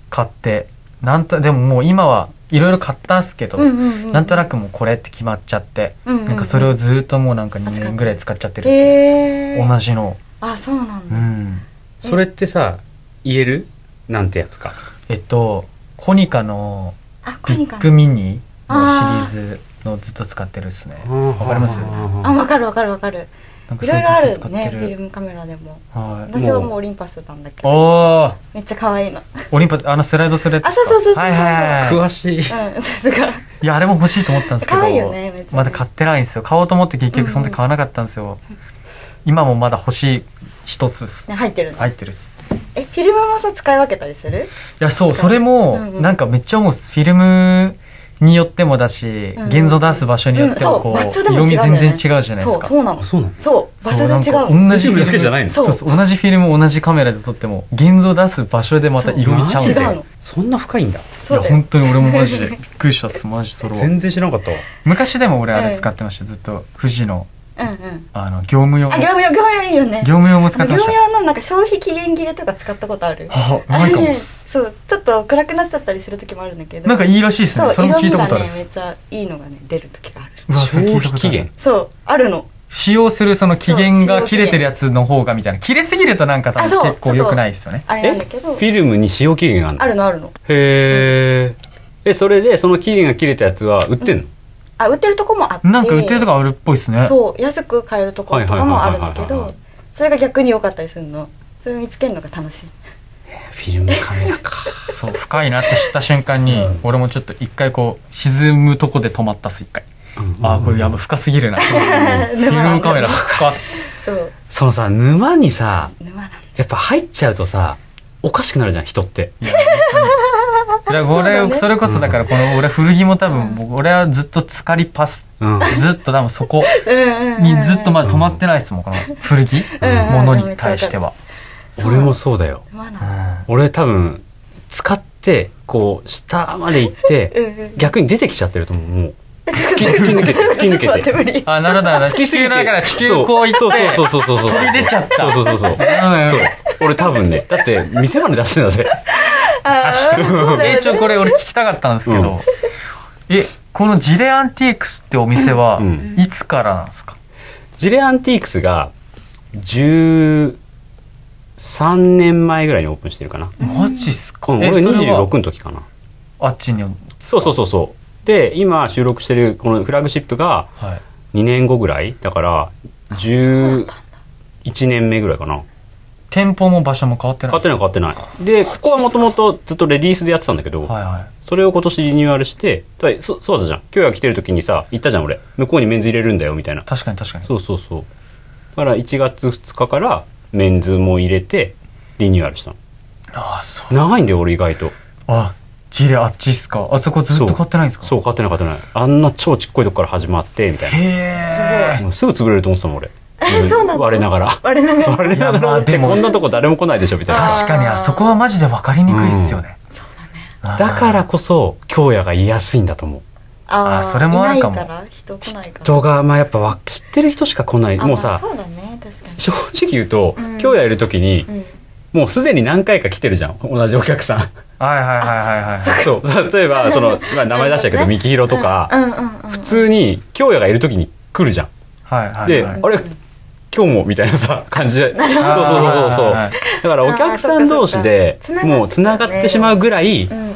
Speaker 3: 買って、なんと、でももう今はいろいろ買ったっすけど、
Speaker 1: うんうんうん
Speaker 3: なんとなくもうこれって決まっちゃって、
Speaker 1: うんうんうん
Speaker 3: なんかそれをずっともうなんか2年ぐらい使っちゃってるっすね。
Speaker 1: へえ。
Speaker 3: 同じの。
Speaker 1: あ、そうなん
Speaker 3: う
Speaker 1: だ。
Speaker 3: ん。
Speaker 2: それってさ、言えるなんてやつか。
Speaker 3: えっと、コニカの
Speaker 1: あ、コ
Speaker 3: ビ
Speaker 1: ニカ
Speaker 3: ッ
Speaker 1: の
Speaker 3: グミニのシリーズのずっと使ってるっすね。
Speaker 2: わ
Speaker 3: わかります
Speaker 1: あ、わかるわかるわかる。
Speaker 3: なんか
Speaker 1: い
Speaker 3: そ
Speaker 1: ろい
Speaker 3: れ
Speaker 1: ろあ
Speaker 3: ずっ
Speaker 1: る
Speaker 3: と使って
Speaker 1: ね、フ
Speaker 3: る。
Speaker 1: ィルムカメラでも。
Speaker 3: はい。
Speaker 1: 私はもうオリンパスなんだけど。
Speaker 3: おー
Speaker 1: めっちゃ可愛いの。
Speaker 3: オリンパあのスライドするやつ
Speaker 1: あ、
Speaker 3: ですか
Speaker 1: そうそうそうそう。
Speaker 3: はいはいはい。
Speaker 2: 詳しい。
Speaker 1: うん、 さすが。
Speaker 3: いや、あれも欲しいと思ったんですけど、
Speaker 1: 可愛いよね別に
Speaker 3: まだ買ってないんですよ。買おうと思って結局その時買わなかったんですよ。今もまだ欲しい一つっす
Speaker 1: ね。入ってるの。
Speaker 3: 入ってるっす。
Speaker 1: え、フィルムもさ、使い分けたりする
Speaker 3: いや、そう、それ
Speaker 1: うんう
Speaker 3: も、
Speaker 1: ん
Speaker 3: なんかめっちゃ思うっす。フィルムによってもだし
Speaker 1: うん、
Speaker 3: 現像出す場所によっても
Speaker 1: う
Speaker 3: こ
Speaker 1: んそう場所
Speaker 3: う、
Speaker 1: でも
Speaker 3: 色
Speaker 1: 違うんだよ
Speaker 3: 味
Speaker 1: ね
Speaker 3: 全然違うじゃないです
Speaker 1: そう、
Speaker 3: か。
Speaker 1: そうなの
Speaker 2: あ、。そうなの
Speaker 1: そう、場所で違うの。
Speaker 3: 同
Speaker 2: じフィルムだけじゃないの
Speaker 1: そう
Speaker 3: そうそう同じフィルム同じカメラで撮っても現像出す場所でまた色味ちゃうんです
Speaker 1: そう違う
Speaker 3: よ
Speaker 1: の
Speaker 2: そんな深いんだ。
Speaker 1: そう
Speaker 3: い
Speaker 1: だ
Speaker 3: や
Speaker 1: よ
Speaker 3: 本当に俺もマジでびっくりしたっすマジそれは
Speaker 2: 全然知らなかったわ。
Speaker 3: 昔でも俺あれ使ってましたずっと富士の
Speaker 1: うんうん。
Speaker 3: あの業務用の
Speaker 1: あ、業
Speaker 3: 業
Speaker 1: 務用、業務用いいよね。
Speaker 3: 務用も使って
Speaker 1: 業
Speaker 3: まし
Speaker 1: 務
Speaker 3: た
Speaker 1: 用のなんか消費期限切れとか使ったことある
Speaker 3: あうまいかも
Speaker 1: あれね
Speaker 3: っす
Speaker 1: そう、ちょっと暗くなっちゃったりする時もあるんだけど。
Speaker 3: なんかいいらしいっす
Speaker 1: そう、
Speaker 3: ねそれも聞いたことあるっ
Speaker 1: 色味がね、めっ
Speaker 3: す
Speaker 1: ちゃいいのがね、出る時がある。
Speaker 3: うわそれ聞
Speaker 2: 消
Speaker 3: いたこ
Speaker 2: 費
Speaker 3: と
Speaker 2: 期
Speaker 3: ある
Speaker 2: 限。
Speaker 1: そう、あるの。
Speaker 3: 使用するその期限が切れてるやつの方がみたいな切れすぎるとなんか多
Speaker 1: あそう
Speaker 3: 分結構良くないですよね
Speaker 1: あれ
Speaker 2: え
Speaker 1: なん
Speaker 2: フ
Speaker 1: だけど。
Speaker 2: ィルムに使用期限があるの
Speaker 1: あるのあるの。
Speaker 2: へえ。え、それで、その期限が切れたやつは売ってんの、
Speaker 1: あ、売ってるとこもあって。
Speaker 3: なんか売ってるとこあるっぽいっすね
Speaker 1: そう、安く買えるところとかもあるんだけ
Speaker 2: はいはいはいはいはいはい
Speaker 1: ど、それが逆に良かったりするの。それ見つけるのが楽しい。
Speaker 2: フィルムカメラか。
Speaker 3: そう深いなって知った瞬間に俺もちょっと一回こう沈むとこで止まったっす一回あーこれやば深すぎるなフィルムカメラ深
Speaker 1: そう、
Speaker 2: そのさ、沼にさ、
Speaker 1: 沼なんだ。
Speaker 2: やっぱ入っちゃうとさ、おかしくなるじゃん、人って。
Speaker 3: いや本当にだから俺
Speaker 1: そうだ
Speaker 3: そ,、
Speaker 1: ね
Speaker 3: れこそだからこの俺古着も多分僕俺はずっと浸かりパス
Speaker 2: うん。
Speaker 3: ずっと多分そこ
Speaker 1: うんうんうん
Speaker 3: にずっとまだ止まってないですもんこの古着
Speaker 1: うん
Speaker 3: ものに対しては、
Speaker 2: 俺もそうだよ。
Speaker 1: 沼なん
Speaker 3: う
Speaker 1: だ。
Speaker 3: ん
Speaker 2: 俺多分、使って、こう、下まで行
Speaker 1: う
Speaker 2: っ
Speaker 1: ん
Speaker 2: て、
Speaker 1: うん。
Speaker 2: 逆に出てきちゃってると思う、もう。突き突き 抜けて、突き抜
Speaker 1: ちょっと待
Speaker 2: け
Speaker 1: って
Speaker 2: て。
Speaker 1: 無理。
Speaker 3: あなるほどなるほど
Speaker 2: 突
Speaker 3: 地
Speaker 2: き抜
Speaker 3: 球
Speaker 2: け
Speaker 3: だ
Speaker 2: て
Speaker 3: から地球こういって
Speaker 2: そうそうそうそうそうそう。
Speaker 3: 飛び出ちゃった
Speaker 2: そうそうそうそう。
Speaker 3: うん
Speaker 2: そう。俺多分ね、だって、店まで出してんだぜ。
Speaker 1: あーそう
Speaker 3: 確か
Speaker 1: だよ
Speaker 3: に
Speaker 1: ね
Speaker 3: 一応これ俺聞きたかったんですけど、
Speaker 2: うん
Speaker 3: えこのジレアンティークスってお店は
Speaker 2: うん
Speaker 3: いつからなんですか、
Speaker 2: ジレアンティークスが、13年前ぐらいにオープンしてるかな。
Speaker 3: マジっすか、
Speaker 2: うん、
Speaker 3: え
Speaker 2: 俺
Speaker 3: それは
Speaker 2: 26の時かな。
Speaker 3: あっちに
Speaker 2: そうそうそうそう。で、今収録してるこのフラグシップが
Speaker 3: はい
Speaker 2: 2年後ぐらいだから、11年目ぐらいかな。
Speaker 3: 店舗も場所も変わって
Speaker 2: 変
Speaker 3: ない
Speaker 2: わってない変わってない。で、ここはもともとずっとレディースでやってたんだけど、
Speaker 3: はいはい
Speaker 2: それを今年リニューアルして、だからそそうだじゃん。今日が来てる時にさ、言ったじゃん俺。向こうにメンズ入れるんだよ、みたいな。
Speaker 3: 確かに確かに
Speaker 2: そうそうそう。だから1月2日からメンズも入れて、リニューアルしたの。
Speaker 3: ああそう
Speaker 2: 長いんだよ、俺意外と。
Speaker 3: あジレあっちっすかあそこずっと買ってないんですか
Speaker 2: そう、勝てない勝てない。あんな超ちっこいとこから始まって、みたいな。
Speaker 3: へえ
Speaker 2: もうすぐ潰れると思ってたもん俺
Speaker 1: えそうなんだ
Speaker 2: 我ながら
Speaker 1: 我ながら。
Speaker 2: 我なが
Speaker 3: いやま
Speaker 2: ら
Speaker 3: あ
Speaker 2: って
Speaker 3: でも
Speaker 2: こんなとこ誰も来ないでしょみたいな
Speaker 3: 確かにあそこはマジで分かりにくいっすよね、
Speaker 2: だからこそ京也が言いやすいんだと思う
Speaker 3: あ
Speaker 1: ー
Speaker 3: それもあるかも
Speaker 1: いないから人来ないから
Speaker 2: 人がまあやっぱわ知ってる人しか来ない
Speaker 1: あ
Speaker 2: もう
Speaker 1: まあ
Speaker 2: さ
Speaker 1: そうだね確かに
Speaker 2: 正直言うと
Speaker 1: うん
Speaker 2: 京也いる時に
Speaker 1: うん
Speaker 2: もうすでに何回か来てるじゃん同じお 客さん
Speaker 3: はいはいはいはいはい
Speaker 2: そう例えばその、まあ、名前出したけ
Speaker 1: なる
Speaker 2: ど
Speaker 1: ほどね
Speaker 2: 三木ひろと
Speaker 1: う
Speaker 2: か
Speaker 1: んうんうんうん
Speaker 2: 普通に京也がいる時に来るじゃん
Speaker 3: はいはいはい
Speaker 2: で、
Speaker 3: はい
Speaker 2: あれ今日もみたいなさ感じでそうそうそうそうそう
Speaker 3: はいはいはい
Speaker 2: だからお客さん同士で
Speaker 1: あーそっかそっか
Speaker 2: もうつながってしまうぐらい
Speaker 1: うんうん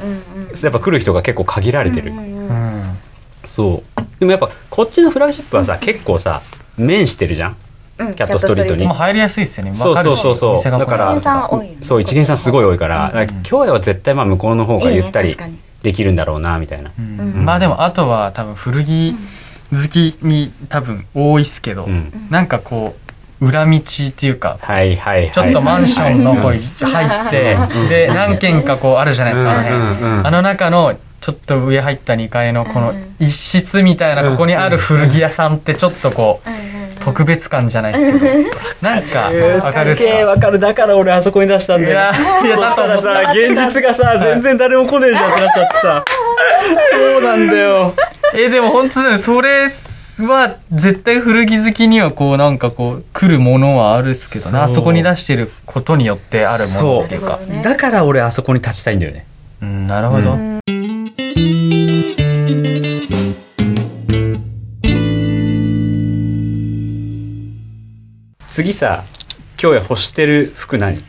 Speaker 1: うん
Speaker 2: やっぱ来る人が結構限られてる、
Speaker 1: うんうん
Speaker 3: う
Speaker 1: うん
Speaker 3: ん
Speaker 2: そうでもやっぱこっちのフラッグシップはさ結構さ面してるじゃん
Speaker 1: うん
Speaker 2: キャットストリートに
Speaker 3: でも入りやすいっすよね
Speaker 2: そうそうそうそう
Speaker 3: わかるし店がこ
Speaker 2: だから
Speaker 1: 店
Speaker 3: ない
Speaker 1: 員さん多いよね
Speaker 2: そう一元さんすごい多いから
Speaker 3: うん
Speaker 2: だから京也は絶対まあ向こうの方がゆった
Speaker 1: いい
Speaker 2: り
Speaker 1: ね確かに
Speaker 2: できるんだろうなみたいな
Speaker 3: うん
Speaker 1: うん
Speaker 3: まあでもあとは多分古着好きに多分多いっすけど、
Speaker 2: うん
Speaker 3: なんかこう裏道っていうか
Speaker 2: はいはいはい
Speaker 3: ちょっとマンションのこう
Speaker 2: はい
Speaker 3: 入ってで何軒かこうあるじゃないですかあの辺、
Speaker 2: うんうんうん
Speaker 3: あの中のちょっと上入った2階のこの
Speaker 1: うんうん
Speaker 3: 一室みたいなここにある古着屋さんってちょっとこう
Speaker 1: うんうん
Speaker 3: 特別感じゃないですけどなんか
Speaker 2: えー
Speaker 3: わかるっ
Speaker 2: す
Speaker 3: す
Speaker 2: げえ
Speaker 3: か
Speaker 2: わかるだから俺あそこに出したん
Speaker 3: い
Speaker 2: だよ
Speaker 3: やいやだと思った
Speaker 2: さ現実がさ全然誰も来ねえじゃんってなっちゃってさそうなんだよ
Speaker 3: えでも本当にそれは絶対古着好きにはこうなんかこう来るものはあるっすけどな
Speaker 2: そう
Speaker 3: あそこに出してることによってあるものっていうか
Speaker 1: そうね
Speaker 2: だから俺あそこに立ちたいんだよね
Speaker 3: うんなるほど、
Speaker 2: う次さ今日や干してる服何
Speaker 3: う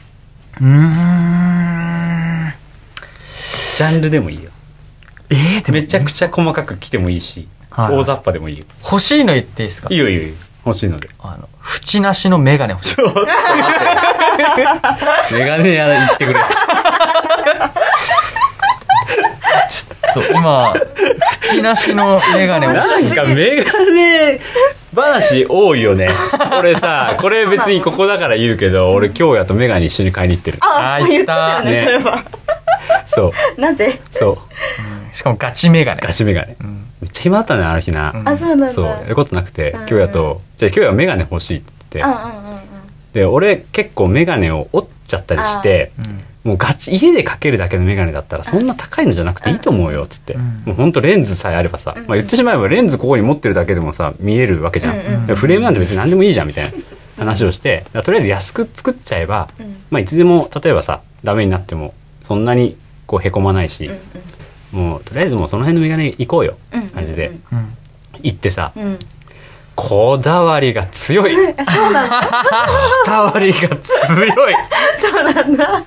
Speaker 3: ーん
Speaker 2: ジャンルでもいいよ
Speaker 3: えー、でも
Speaker 2: めちゃくちゃ細かく着てもいいし
Speaker 3: はい
Speaker 2: 大雑把でもいいよ
Speaker 3: 欲しいの言っていいですか
Speaker 2: いいよいいよいいよ欲しいので
Speaker 3: あの縁なしの眼鏡欲しい
Speaker 2: メガネ屋行ってくれ
Speaker 3: そう今縁なしの眼鏡欲しい
Speaker 2: なんかメガネ話多いよね俺さこれ別にここだから言うけど俺今日やとメガネ一緒に買いに行ってる
Speaker 1: あ
Speaker 3: あー
Speaker 1: 言
Speaker 3: 言
Speaker 1: っ
Speaker 3: った
Speaker 1: よ
Speaker 3: た
Speaker 1: ね
Speaker 2: ね
Speaker 1: そういえば
Speaker 2: そう
Speaker 1: なぜ
Speaker 2: そう
Speaker 3: しかもガチ眼鏡
Speaker 2: ガチメガネ
Speaker 3: ん
Speaker 2: めっちゃ暇だったねあの日な、
Speaker 3: ん
Speaker 1: あそうなんだ
Speaker 2: そうやることなくて
Speaker 1: うん
Speaker 2: 今日やとじゃあ今日やメガネ欲しいって言
Speaker 1: うん
Speaker 2: っ
Speaker 1: う
Speaker 2: て
Speaker 1: んうんうん
Speaker 2: で俺結構メガネを折っちゃったりして
Speaker 3: うん
Speaker 2: もうガチ家でかけるだけのメガネだったらそんな高いのじゃなくていいと思うよっつって、
Speaker 3: うん
Speaker 2: もうほんとレンズさえあればさ、
Speaker 1: ん
Speaker 2: まあ、言ってしまえばレンズここに持ってるだけでもさ見えるわけじゃん、
Speaker 1: うんうん
Speaker 2: でフレームなんて別に何でもいいじゃんみたいな話をしてだからとりあえず安く作っちゃえば、
Speaker 1: うん
Speaker 2: まあ、いつでも例えばさダメになってもそんなにこうへこまないし、もうとりあえずもうその辺のメガネ行こうよ
Speaker 1: うんうん
Speaker 2: 感じで
Speaker 3: うん
Speaker 2: 行ってさ、
Speaker 1: うんうん
Speaker 2: こだわりが強いこだわりが強い
Speaker 1: そうなんだ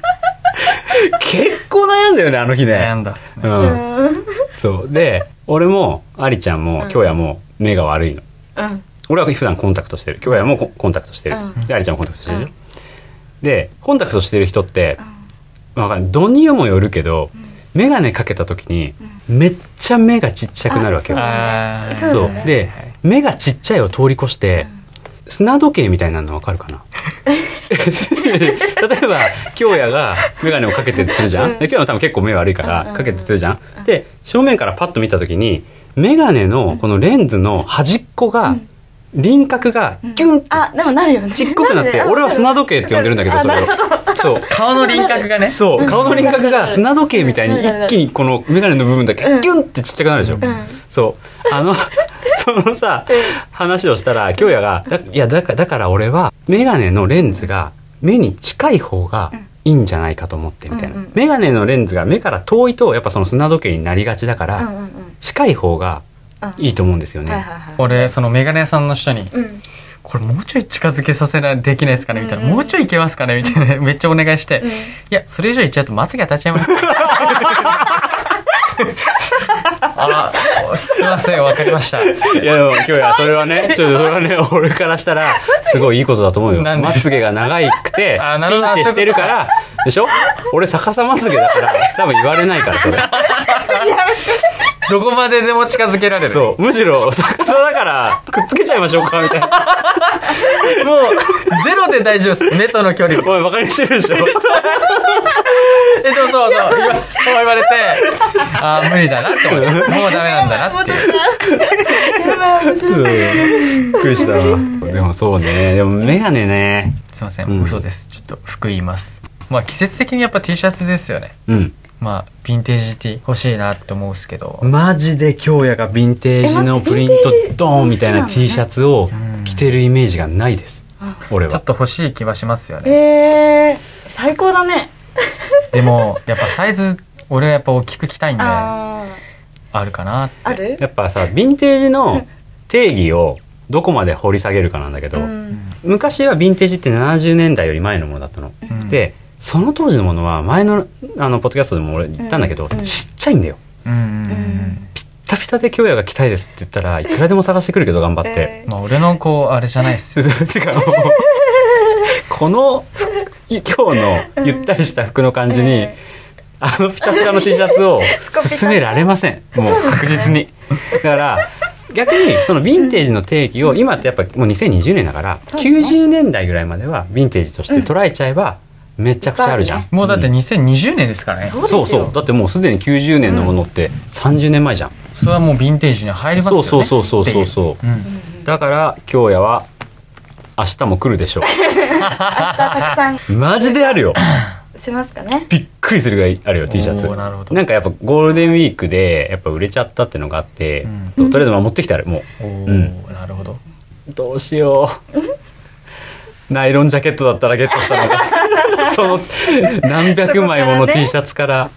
Speaker 2: 結構悩んだよねあの日ね
Speaker 3: 悩んだっすね
Speaker 1: う
Speaker 2: う
Speaker 1: んんうん
Speaker 2: そう。で、俺も、アリちゃんも、京也も、目が悪いの。俺は普段コンタクトしてる。京也もココンタクトしてる。
Speaker 1: うん
Speaker 2: で、アリちゃんもコンタクトしてるで
Speaker 1: う
Speaker 2: しょ、
Speaker 1: ん
Speaker 2: で、コンタクトしてる人って、まあわかんない。度にもよるけど、メガネかけた時に、めっちゃ目がちっちゃくなるわけよ。
Speaker 3: あー
Speaker 1: そ
Speaker 2: そうう
Speaker 1: だね
Speaker 2: で、目がちっちゃいを通り越して、砂時計みたいなのわかるか な例えば、京也が眼鏡をかけてるとするじゃん。で京也も多分結構目悪いから、かけてるとするじゃん。で、正面からパッと見たときに、眼鏡のこのレンズの端っこが、輪郭がギュンって
Speaker 1: あでもなるよね
Speaker 2: ちっこくなって、
Speaker 1: んで
Speaker 2: 俺は砂時計って呼んでるんだけど、それを。そう。
Speaker 3: 顔の輪郭がね
Speaker 2: そう、顔の輪郭が砂時計みたいに一気にこのメガネの部分だけギュンってちっちゃくなるでしょ。
Speaker 1: ん
Speaker 2: そう。 あの、そのさ、話をしたら、京也が、だいやだか、だから俺は、メガネのレンズが目に近い方がいいんじゃないかと思って、みたいな。
Speaker 1: うんうん
Speaker 2: メガネのレンズが目から遠いと、やっぱその砂時計になりがちだか
Speaker 1: う
Speaker 2: ら、
Speaker 1: んうんうん
Speaker 2: 近い方がいいと思うんですよね。
Speaker 1: はいはいはい
Speaker 3: 俺その眼鏡屋さんの人に
Speaker 1: うん
Speaker 3: 「これもうちょい近づけさせないできないですかね」みたいな「もうちょいいけますかね」みたいなめっちゃお願いして「いやそれ以上いっちゃうとまつげ立っちゃいます」 あすいませんわかりました
Speaker 2: いやでも今日やそれは ね、ちょっとそれはね、俺からしたら、すごいいいことだと思うよ。
Speaker 3: なんで
Speaker 2: まつげが長く て、
Speaker 3: あな
Speaker 2: ピ
Speaker 3: るほ
Speaker 2: ン
Speaker 3: ど
Speaker 2: ってしてるから、でしょ俺逆さまつげだから、多分言われない から、それ。
Speaker 3: どこまででも近づけられる
Speaker 2: そう。むしろ、逆さだから、くっつけちゃいましょうか、みたい な。
Speaker 3: もうゼロで大丈夫です目との 距離
Speaker 2: おい、バカにしてるでしょ
Speaker 3: えでもそうそう今そう言われてああ無理だなって思 ってもうダメなんだなっていう
Speaker 2: うんびっくりしたわ。でもそうね。でもメガネね。
Speaker 3: すいませ
Speaker 2: うん
Speaker 3: ん嘘ですちょっと服言いますまあ季節的にやっぱ T シャツですよね
Speaker 2: うん。
Speaker 3: まあヴィンテージティ欲しいなって思うんですけど、
Speaker 2: マジで京也がヴィンテージのプリントドーンみたいな T シャツを着てるイメージがないです俺
Speaker 3: ちょっ
Speaker 2: は
Speaker 3: と欲しい気はしますよね
Speaker 1: えー、最高だね
Speaker 3: でもやっぱサイズ俺はやっぱ大きく着たいんであ
Speaker 1: あ
Speaker 3: るかな
Speaker 1: あある
Speaker 2: やっぱさヴィンテージの定義をどこまで掘り下げるかなんだけど、
Speaker 1: うん
Speaker 2: 昔はヴィンテージって70年代より前のものだったの、
Speaker 3: うん
Speaker 2: でその当時のものは前のあのポッドキャストでも俺言ったんだけど、
Speaker 1: うん
Speaker 2: ちっちゃいんだよ
Speaker 3: うんうんうんう
Speaker 1: うん
Speaker 3: ん
Speaker 2: ピタピタで京也が着たいですって言ったらいくらでも探してくるけど頑張って、
Speaker 1: え
Speaker 3: まあ俺のこうあれじゃないっすよ
Speaker 2: てかもうこの今日のゆったりした服の感じに、
Speaker 1: うん
Speaker 2: あのピタピタの T シャツを
Speaker 1: コピカ
Speaker 2: 勧められませんもう確実にだから逆にそのヴィンテージの定義を今ってやっぱもう2020年だから
Speaker 1: そうね
Speaker 2: 90年代ぐらいまではヴィンテージとして捉えちゃえばめちゃくちゃあるじゃん、
Speaker 3: もうだって
Speaker 2: ん
Speaker 3: 2020年ですからね
Speaker 1: そうです
Speaker 2: そ
Speaker 1: よ
Speaker 2: うそうだってもうすでに90年のものって30年前じゃん、
Speaker 3: それはもうヴィンテージに入りますよね
Speaker 2: そうそうそうそうそう
Speaker 3: っていうん
Speaker 2: だから京也は明日も来るでしょ
Speaker 1: 明日たくさん
Speaker 2: うマジであるよ
Speaker 1: しますかね
Speaker 2: びっくりするぐらいあるよ T シャツ
Speaker 3: おーなるほど
Speaker 2: んかやっぱゴールデンウィークでやっぱ売れちゃったってのがあって、
Speaker 3: うん
Speaker 2: ととりあえずまあ持ってきたらも
Speaker 3: おお、
Speaker 2: う
Speaker 3: なるほど
Speaker 2: うどうしようナイロンジャケットだったらゲットしたの がその何百枚も
Speaker 1: そこ
Speaker 2: の
Speaker 1: からね
Speaker 2: T シャツから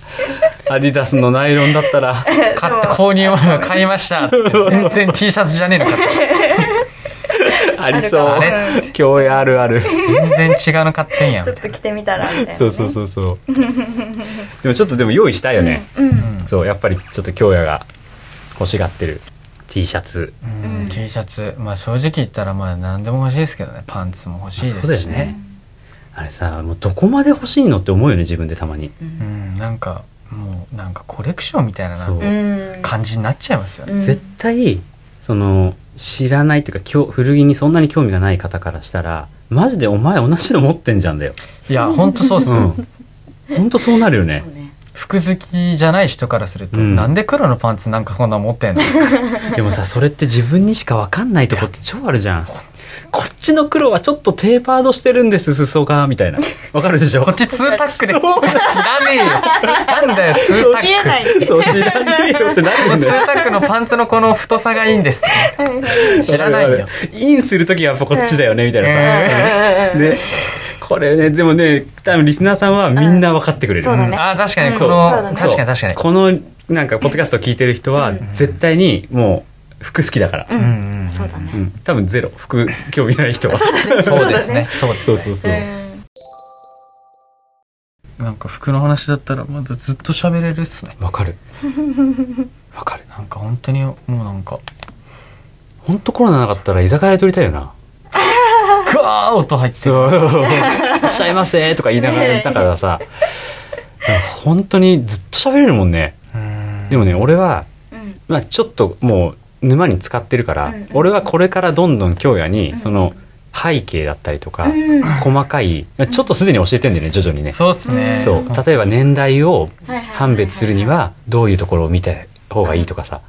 Speaker 2: アディダスのナイロンだったら
Speaker 3: 買って購入前を買い ましたっつって全然 T シャツじゃねえのかって
Speaker 2: ありそう
Speaker 3: あるから
Speaker 2: 今日あるある
Speaker 3: 全然違うの買ってんや
Speaker 1: ち
Speaker 3: み
Speaker 1: ょった
Speaker 3: い
Speaker 1: と着てみたらみたいなね
Speaker 2: そうそうそうそう でもちょっとでも用意したいよね、
Speaker 1: うん
Speaker 2: そうやっぱりちょっと京也が欲しがってる T シャツ
Speaker 3: な、
Speaker 1: ん
Speaker 3: うん、T シャツまあ正直言ったらまあ何でも欲しいですけどねパンツも欲しい
Speaker 2: まあ
Speaker 3: で
Speaker 2: そうだ
Speaker 3: す
Speaker 2: よ
Speaker 3: しね
Speaker 2: ねあれさもうどこまで欲しいのって思うよね自分でたまに
Speaker 3: うんなんかもうなんかコレクションみたいな
Speaker 2: そ
Speaker 1: う
Speaker 2: う
Speaker 1: ん
Speaker 3: 感じになっちゃいますよね、
Speaker 1: うん
Speaker 2: 絶対その知らないというかきょ古着にそんなに興味がない方からしたらマジでお前同じの持ってんじゃんだよ、
Speaker 3: いやほんとそうっす
Speaker 2: う
Speaker 3: よ、
Speaker 2: ん、ほんとそうなるよね
Speaker 1: そうね
Speaker 3: 服好きじゃない人からすると、
Speaker 2: うん
Speaker 3: なんで黒のパンツなんかこんなん持ってんの
Speaker 2: でもさそれって自分にしか分かんないとこって超あるじゃんこっちの黒はちょっとテーパードしてるんです裾がみたいなわかるでしょ
Speaker 3: こっちツータックです知らねえよなんだよツータック
Speaker 1: 見えない
Speaker 2: そう知らねえよってなるん
Speaker 3: ツ
Speaker 2: だよ
Speaker 3: ータックのパンツのこの太さがいいんです知らないよ
Speaker 2: インする時はやっぱこっちだよねみたいなさ、
Speaker 3: うん
Speaker 2: ね、これねでもね多分リスナーさんはみんな分かってくれる、
Speaker 1: うんそうだね
Speaker 3: あー確かに
Speaker 1: うんそ
Speaker 3: こ
Speaker 1: う
Speaker 3: の、
Speaker 1: だね
Speaker 2: そう
Speaker 3: 確かに確かに
Speaker 2: このなんかポッドキャストを聞いてる人は絶対にもう服好きだから、
Speaker 1: う
Speaker 3: うん
Speaker 1: ん
Speaker 3: うん
Speaker 1: そうだね
Speaker 2: うん多分ゼロ服興味ない人は
Speaker 3: うんそうですねそうです
Speaker 2: そうそうそう、
Speaker 3: なんか服の話だったらまだずっと喋れるっすね
Speaker 2: わかるわかる
Speaker 3: なんか本当にもうなん か
Speaker 2: 本当コロナなかったら居酒屋で撮りたいよな
Speaker 3: グワー音入ってる
Speaker 2: そういらっしゃいませとか言いながらだからさ本当にずっと喋れるもんね
Speaker 3: うん
Speaker 2: でもね俺は
Speaker 1: うん
Speaker 2: まあ、ちょっともう沼に使ってるから、
Speaker 1: うんうん
Speaker 2: 俺はこれからどんどん京也に
Speaker 1: ん
Speaker 2: その背景だったりとか、
Speaker 1: うん
Speaker 2: 細かいちょっとすでに教えてんだよね徐々にね
Speaker 3: そうっすね
Speaker 2: そ
Speaker 3: ん
Speaker 2: う例えば年代を
Speaker 1: はいはいはいはい
Speaker 2: 判別するにはどういうところを見た方がいいとかさ、
Speaker 1: うん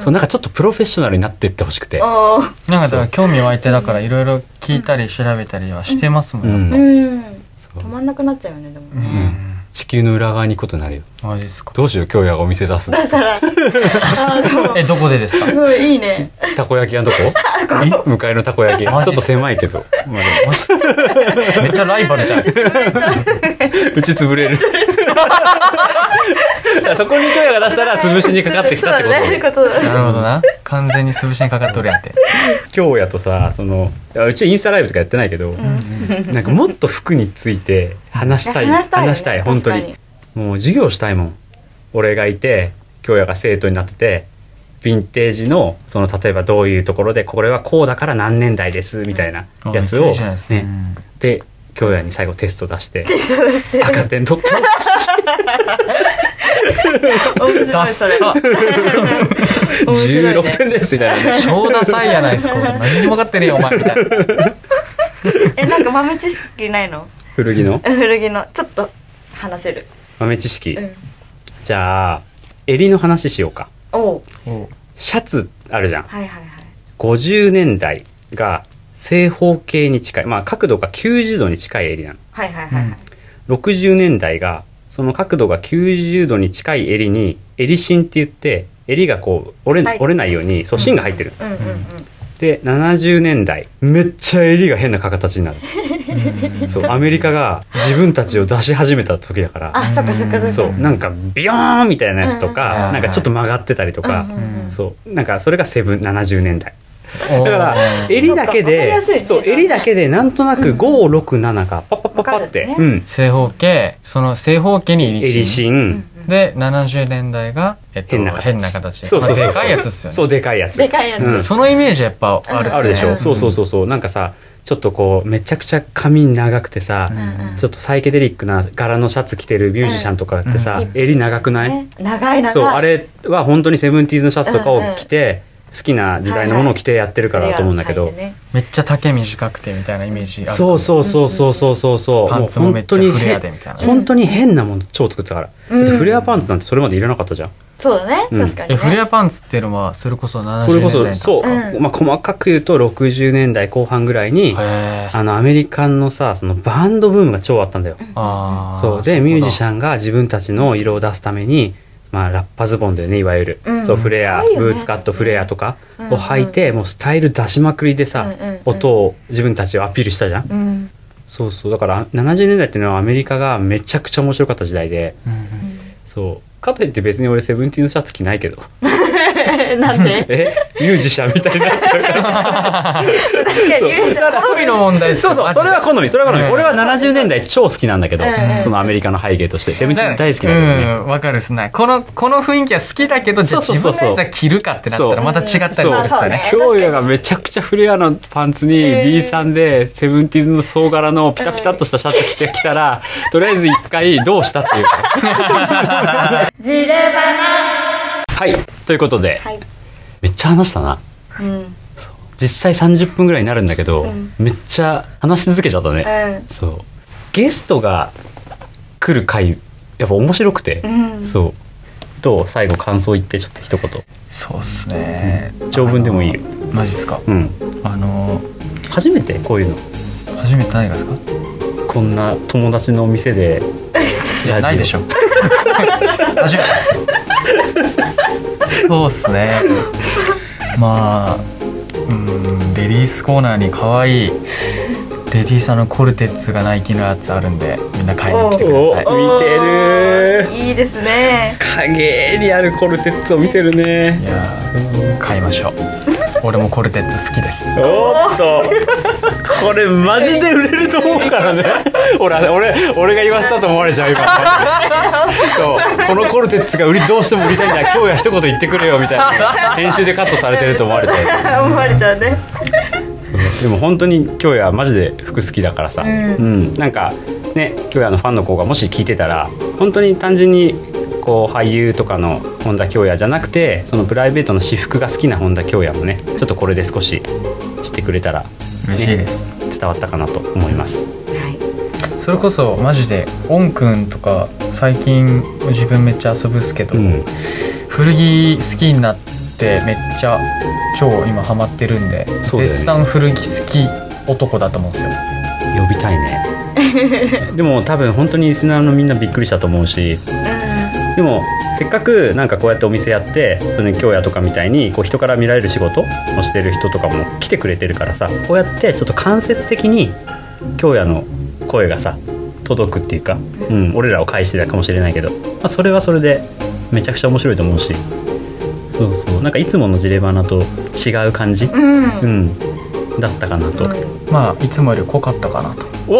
Speaker 2: そうなんかちょっとプロフェッショナルになってってほしくて、
Speaker 1: おー
Speaker 3: なんかだから興味湧いてだからいろいろ聞いたり調べたりはしてますもん、
Speaker 2: うん
Speaker 1: うん
Speaker 2: そう
Speaker 1: 止まんなくなっちゃうよねでも
Speaker 3: うん
Speaker 1: ね
Speaker 2: 地球の裏側に行くことになるよ
Speaker 3: マジっすか
Speaker 2: どうしよう京也がお店出す
Speaker 1: だからあーでも
Speaker 3: えどこでですか
Speaker 1: すごいいいね
Speaker 2: たこ焼き屋のとこ 向かいのたこ焼きちょ
Speaker 3: マ
Speaker 2: っ
Speaker 3: ジ
Speaker 2: と狭いけど、まあで
Speaker 3: マジ めっちゃライバル じゃん
Speaker 2: もうち潰 れるそこに京也が出したら潰しにかかってきたってこと
Speaker 1: そうだねことだ
Speaker 3: なるほどな完全に潰しにかかっとるやんって
Speaker 2: 京也とさそのいやうちインスタライブとかやってないけど、なんかもっと服について話したい
Speaker 1: いや話したいよね
Speaker 2: 本当に
Speaker 1: 確
Speaker 2: もう授業したいもん俺がいて京也が生徒になっててヴィンテージのその例えばどういうところでこれはこうだから何年代ですみたいなやつ
Speaker 3: あめ
Speaker 2: を
Speaker 3: っちゃいいじゃないですか、
Speaker 2: ねで京也に最後テスト出して赤点取った
Speaker 1: 面白いそれ
Speaker 3: ダッサ
Speaker 1: 面白いね
Speaker 2: 16点ですみたいなね
Speaker 3: 超ダサいやない ですか俺何にも分かってねえよお前みたいな
Speaker 1: えなんか豆知識ないの
Speaker 2: 古着の
Speaker 1: 古着のちょっと話せる
Speaker 2: 豆知識、
Speaker 1: うん
Speaker 2: じゃあ襟の話しようか
Speaker 1: おう
Speaker 2: シャツあるじゃん
Speaker 1: はいはいはい
Speaker 2: 50年代が正方形に近い、まあ、角度が90度に近い襟なの
Speaker 1: はいはいはいはい
Speaker 2: 60年代がそその角度が90度に近い襟に襟芯って言って襟がこう折れ,、
Speaker 1: はい
Speaker 2: 折れないようにそう芯が入ってる、
Speaker 1: うんうんうん
Speaker 2: で70年代めっちゃ襟が変な形になる そうアメリカが自分たちを出し始めた時だから
Speaker 1: あそっかそっかそっか
Speaker 2: そうなんかビヨーンみたいなやつと
Speaker 3: うんうん
Speaker 2: か
Speaker 3: うん
Speaker 2: なんかちょっと曲がってたりとか
Speaker 1: うんうんうん
Speaker 2: そうなんかそれがセブン70年代
Speaker 3: おー
Speaker 2: だから襟だけ
Speaker 1: そうかわか
Speaker 2: で
Speaker 1: りやすいね
Speaker 2: そう襟だけでなんとなく567がパッパッパッパって、
Speaker 1: わか
Speaker 2: う
Speaker 1: る
Speaker 2: ん
Speaker 3: 正方形その正方形に
Speaker 2: 襟
Speaker 3: 襟
Speaker 2: 芯、
Speaker 3: 芯で70年代が、えっと、
Speaker 2: 変な形
Speaker 3: 変な形
Speaker 2: そうそうそう
Speaker 3: まあでかいやつっすよね
Speaker 2: そうでかいやつ
Speaker 1: でかいやつ
Speaker 2: うん
Speaker 3: そのイメージやっぱあるっすね
Speaker 2: あるでしょ、
Speaker 1: うん
Speaker 2: そうそうそうそうなんかさちょっとこうめちゃくちゃ髪長くてさ、
Speaker 3: うん
Speaker 1: うんうん
Speaker 2: ちょっとサイケデリックな柄のシャツ着てるミュージシャンとかってさ、
Speaker 1: うん
Speaker 2: 襟長くない、
Speaker 1: ね長い長い
Speaker 2: そうあれは本当にセブンティーズのシャツとかを着て、好きな時代のものを着てやってるからだと思うんだけど、
Speaker 1: 手が入ってね
Speaker 3: めっちゃ丈短くてみたいなイメージある
Speaker 2: そうそうそうそうそうそうそう
Speaker 3: パンツもめっちゃフレアでみたいな
Speaker 2: もう本当に変本当に変なもの超作ってたから、
Speaker 1: うん
Speaker 2: だってフレアパンツなんてそれまでいらなかったじゃん、
Speaker 1: そうだね
Speaker 2: うん
Speaker 1: 確かに
Speaker 3: え
Speaker 1: ね
Speaker 3: フレアパンツっていうのはそれこそ70年代
Speaker 2: それこそそう、
Speaker 1: うん
Speaker 2: まあ、細かく言うと60年代後半ぐらいに、
Speaker 3: へー
Speaker 2: あのアメリカンのさそのバンドブームが超あったんだよ、
Speaker 3: あー
Speaker 2: そうでミュージシ
Speaker 3: ン
Speaker 2: ャンが自分たちの色を出すために、まあ、ラッパズボンだよねいわゆる、
Speaker 1: うん
Speaker 2: そうフレア、
Speaker 1: かっこいいよね
Speaker 2: ブーツカットフレアとか
Speaker 1: うん
Speaker 2: を履いて、もうスタイル出しまくりで
Speaker 1: う
Speaker 2: さ、
Speaker 1: んうんうん
Speaker 2: 音を自分たちをアピールしたじゃん、
Speaker 1: うん
Speaker 2: そうそうだから70年代っていうのはアメリカがめちゃくちゃ面白かった時代でそうかといって別に俺セブンティーンのシャツ着ないけど
Speaker 1: なんで
Speaker 2: えミュージシャンみたいになっちゃうから
Speaker 1: 確かにユージさん
Speaker 3: 好みの問題っす
Speaker 2: そうそう、それは好み、それは好み。
Speaker 3: うん
Speaker 2: 俺は70年代超好きなんだけど
Speaker 1: うんう、ん
Speaker 2: そのアメリカの背景として、セブンティーン大好きなんだけどね。
Speaker 3: うんわかるっすねこのこの雰囲気は好きだけどじゃあ
Speaker 2: そう
Speaker 3: 自
Speaker 2: そうそう
Speaker 3: 分
Speaker 2: そう
Speaker 3: のやつは着るかってなった
Speaker 2: そ
Speaker 3: ら
Speaker 2: う
Speaker 3: また違ったり
Speaker 2: そ
Speaker 3: する
Speaker 2: う
Speaker 3: っ
Speaker 2: ですす
Speaker 3: よ
Speaker 2: ね
Speaker 3: ね。
Speaker 2: 京也がめちゃくちゃフレアのパンツに
Speaker 1: えー
Speaker 2: B さんでセブンティーズの総柄のピタピタっとしたシャツ着てきたら、とりあえず一回どうしたっていうか。
Speaker 1: ジレバ
Speaker 2: はい。ということで
Speaker 1: はい、
Speaker 2: めっちゃ話したな。
Speaker 1: ナうん
Speaker 2: 実際30分ぐらいになるんだけど、めっちゃ話し続けちゃったね。そう。ゲストが来る回、やっぱ面白くて、
Speaker 1: うん
Speaker 2: そう。どう最後感想言ってちょっと一言。
Speaker 3: そうっすね
Speaker 2: 長文でもいいよ。
Speaker 3: マジっすか
Speaker 2: うん。
Speaker 3: あの
Speaker 2: 初めてこういうの。
Speaker 3: 初めて何がですか
Speaker 2: こんな友達のお店で。
Speaker 3: いやないでしょ 初めてですそうっすねまあうんレディースコーナーに可愛いレディースあのコルテッツがナイキのやつあるんでみんな買いに来てください
Speaker 2: お見てるー
Speaker 1: いいですね
Speaker 2: 影にあるコルテッツを見てる
Speaker 3: い
Speaker 2: ね。
Speaker 3: やー買いましょう俺もコルテッツ好きです
Speaker 2: おーっと。これマジで売れると思うから ね。俺、俺、俺が言わせたと思われちゃう今。 そう。このコルテッツが売り、どうしても売りたいんだ。今日や一言言ってくれよみたいな。編集でカットされてると思われちゃう。
Speaker 1: 思われちゃうね
Speaker 2: でも本当に京也はマジで服好きだからさ、うん
Speaker 1: ん
Speaker 2: なんかね京也のファンの子がもし聞いてたら本当に単純にこう俳優とかの本田京也じゃなくてそのプライベートの私服が好きな本田京也もねちょっとこれで少ししてくれたら
Speaker 3: 嬉しいです
Speaker 2: 伝わったかなと思います。
Speaker 3: それこそマジでオンくんとか最近自分めっちゃ遊ぶっすけど、
Speaker 2: うん、
Speaker 3: 古着好きになってめっちゃ超今ハマってるんで、
Speaker 2: そうだよね
Speaker 3: 絶賛古着好き男だと思うんですよ
Speaker 2: 呼びたい ねでも多分本当にリスナーのみんなびっくりしたと思うしでもせっかくなんかこうやってお店やってその京也とかみたいにこう人から見られる仕事をしてる人とかも来てくれてるからさこうやってちょっと間接的に京也の声がさ届くっていうか、うん、俺らを介してたかもしれないけど、まあ、それはそれでめちゃくちゃ面白いと思うしそうそうなんかいつものジレバナと違う感じ、
Speaker 1: うんうん
Speaker 2: うん、だったかなと。
Speaker 3: まあいつもより濃かったかなと
Speaker 2: お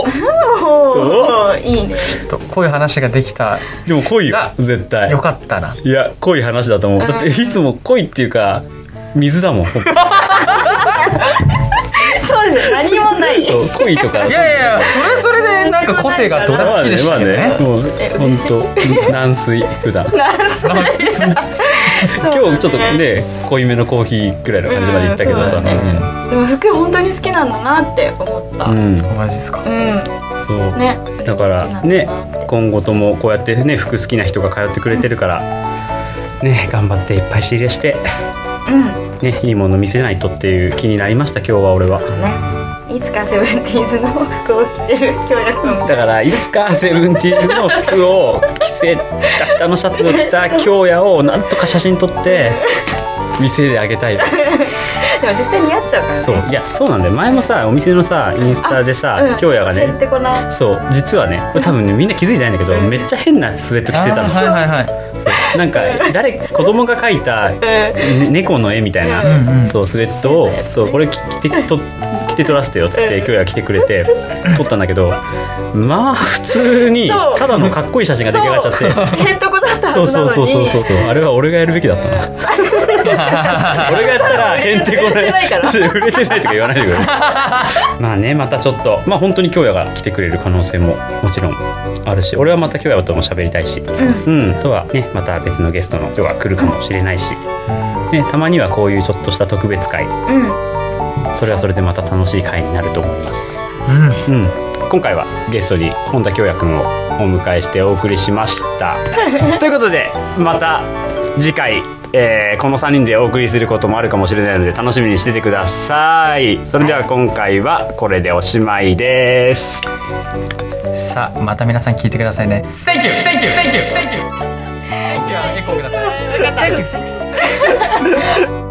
Speaker 1: おーいいね
Speaker 3: ちょっとこういう話ができた
Speaker 2: でも濃いよ
Speaker 3: あ
Speaker 2: 絶対
Speaker 3: よかったない
Speaker 2: や濃い話だと思うだっていつも濃いっていうか水だもんほぼ
Speaker 1: そうです何もない
Speaker 2: そう恋とか
Speaker 3: いやいやそれはそれでなんか個性がドラ好きでしたけどね,、
Speaker 2: もう
Speaker 1: え
Speaker 2: 本
Speaker 1: 嬉しい
Speaker 2: 当軟水普段今日ちょっとね濃いめのコーヒーぐらいの感じまで行ったけどさ
Speaker 1: うんそうでも服本当に好きなんだなって思った
Speaker 2: う
Speaker 1: うん
Speaker 2: ん、うん
Speaker 3: マジっすか
Speaker 2: そう、
Speaker 1: ね
Speaker 2: だからね今後ともこうやってね服好きな人が通ってくれてるからね頑張っていっぱい仕入れして
Speaker 1: うんね
Speaker 2: ねいいもの見せないとっていう気になりました今日は俺は
Speaker 1: いつかセブンティーズの服を着てる京也くんも
Speaker 2: だからいつかセブンティーズの服を着せピタピタのシャツを着た京也をなんとか写真撮って店であげたい
Speaker 1: でも絶対似合っちゃうからね
Speaker 2: そういやそうなんだよ前もさお店のさインスタでさ京也が
Speaker 1: 言っ
Speaker 2: ね
Speaker 1: てこない
Speaker 2: そう実はねこれ多分ねみんな気づいてないんだけどめっちゃ変なスウェット着てたの
Speaker 3: あーはいはいはい
Speaker 2: そうなんか誰子供が描いたね猫の絵みたいな、
Speaker 3: うんうん
Speaker 2: そうスウェットをそうこれ着着てと着て撮らせてよっつって今日は来てくれて撮ったんだけどまあ普通に
Speaker 1: そう
Speaker 2: ただのかっこいい写真が出来上がっちゃって。
Speaker 1: へんとこだった
Speaker 2: そ
Speaker 1: は
Speaker 2: う
Speaker 1: ずな
Speaker 2: そ
Speaker 1: の
Speaker 2: う
Speaker 1: に
Speaker 2: そうそうそうあれは俺がやるべきだ ったな俺がやったらへんてこ
Speaker 1: 売れてないから
Speaker 2: 売れてないとか言わないで くださいまあねまたちょっとまあ本当に京也が来てくれる可能性ももちろんあるし俺はまた京也とも喋りたいし、うん、とはねまた別のゲストの今日は来るかもしれないし、ね、たまにはこういうちょっとした特別会
Speaker 1: うん
Speaker 2: それはそれでまた楽しい会になると思います
Speaker 3: うん
Speaker 2: うん、今回はゲストに本田恭也くんをお迎えしてお送りしました。ということでまた次回、えーこの3人でお送りすることもあるかもしれないので楽しみにしててください。それでは今回はこれでおしまいです。
Speaker 3: さあまた皆さん聞いてくださいね Thank you! Thank you! Thank you! Thank you! Thank you! あのエコーください Thank you!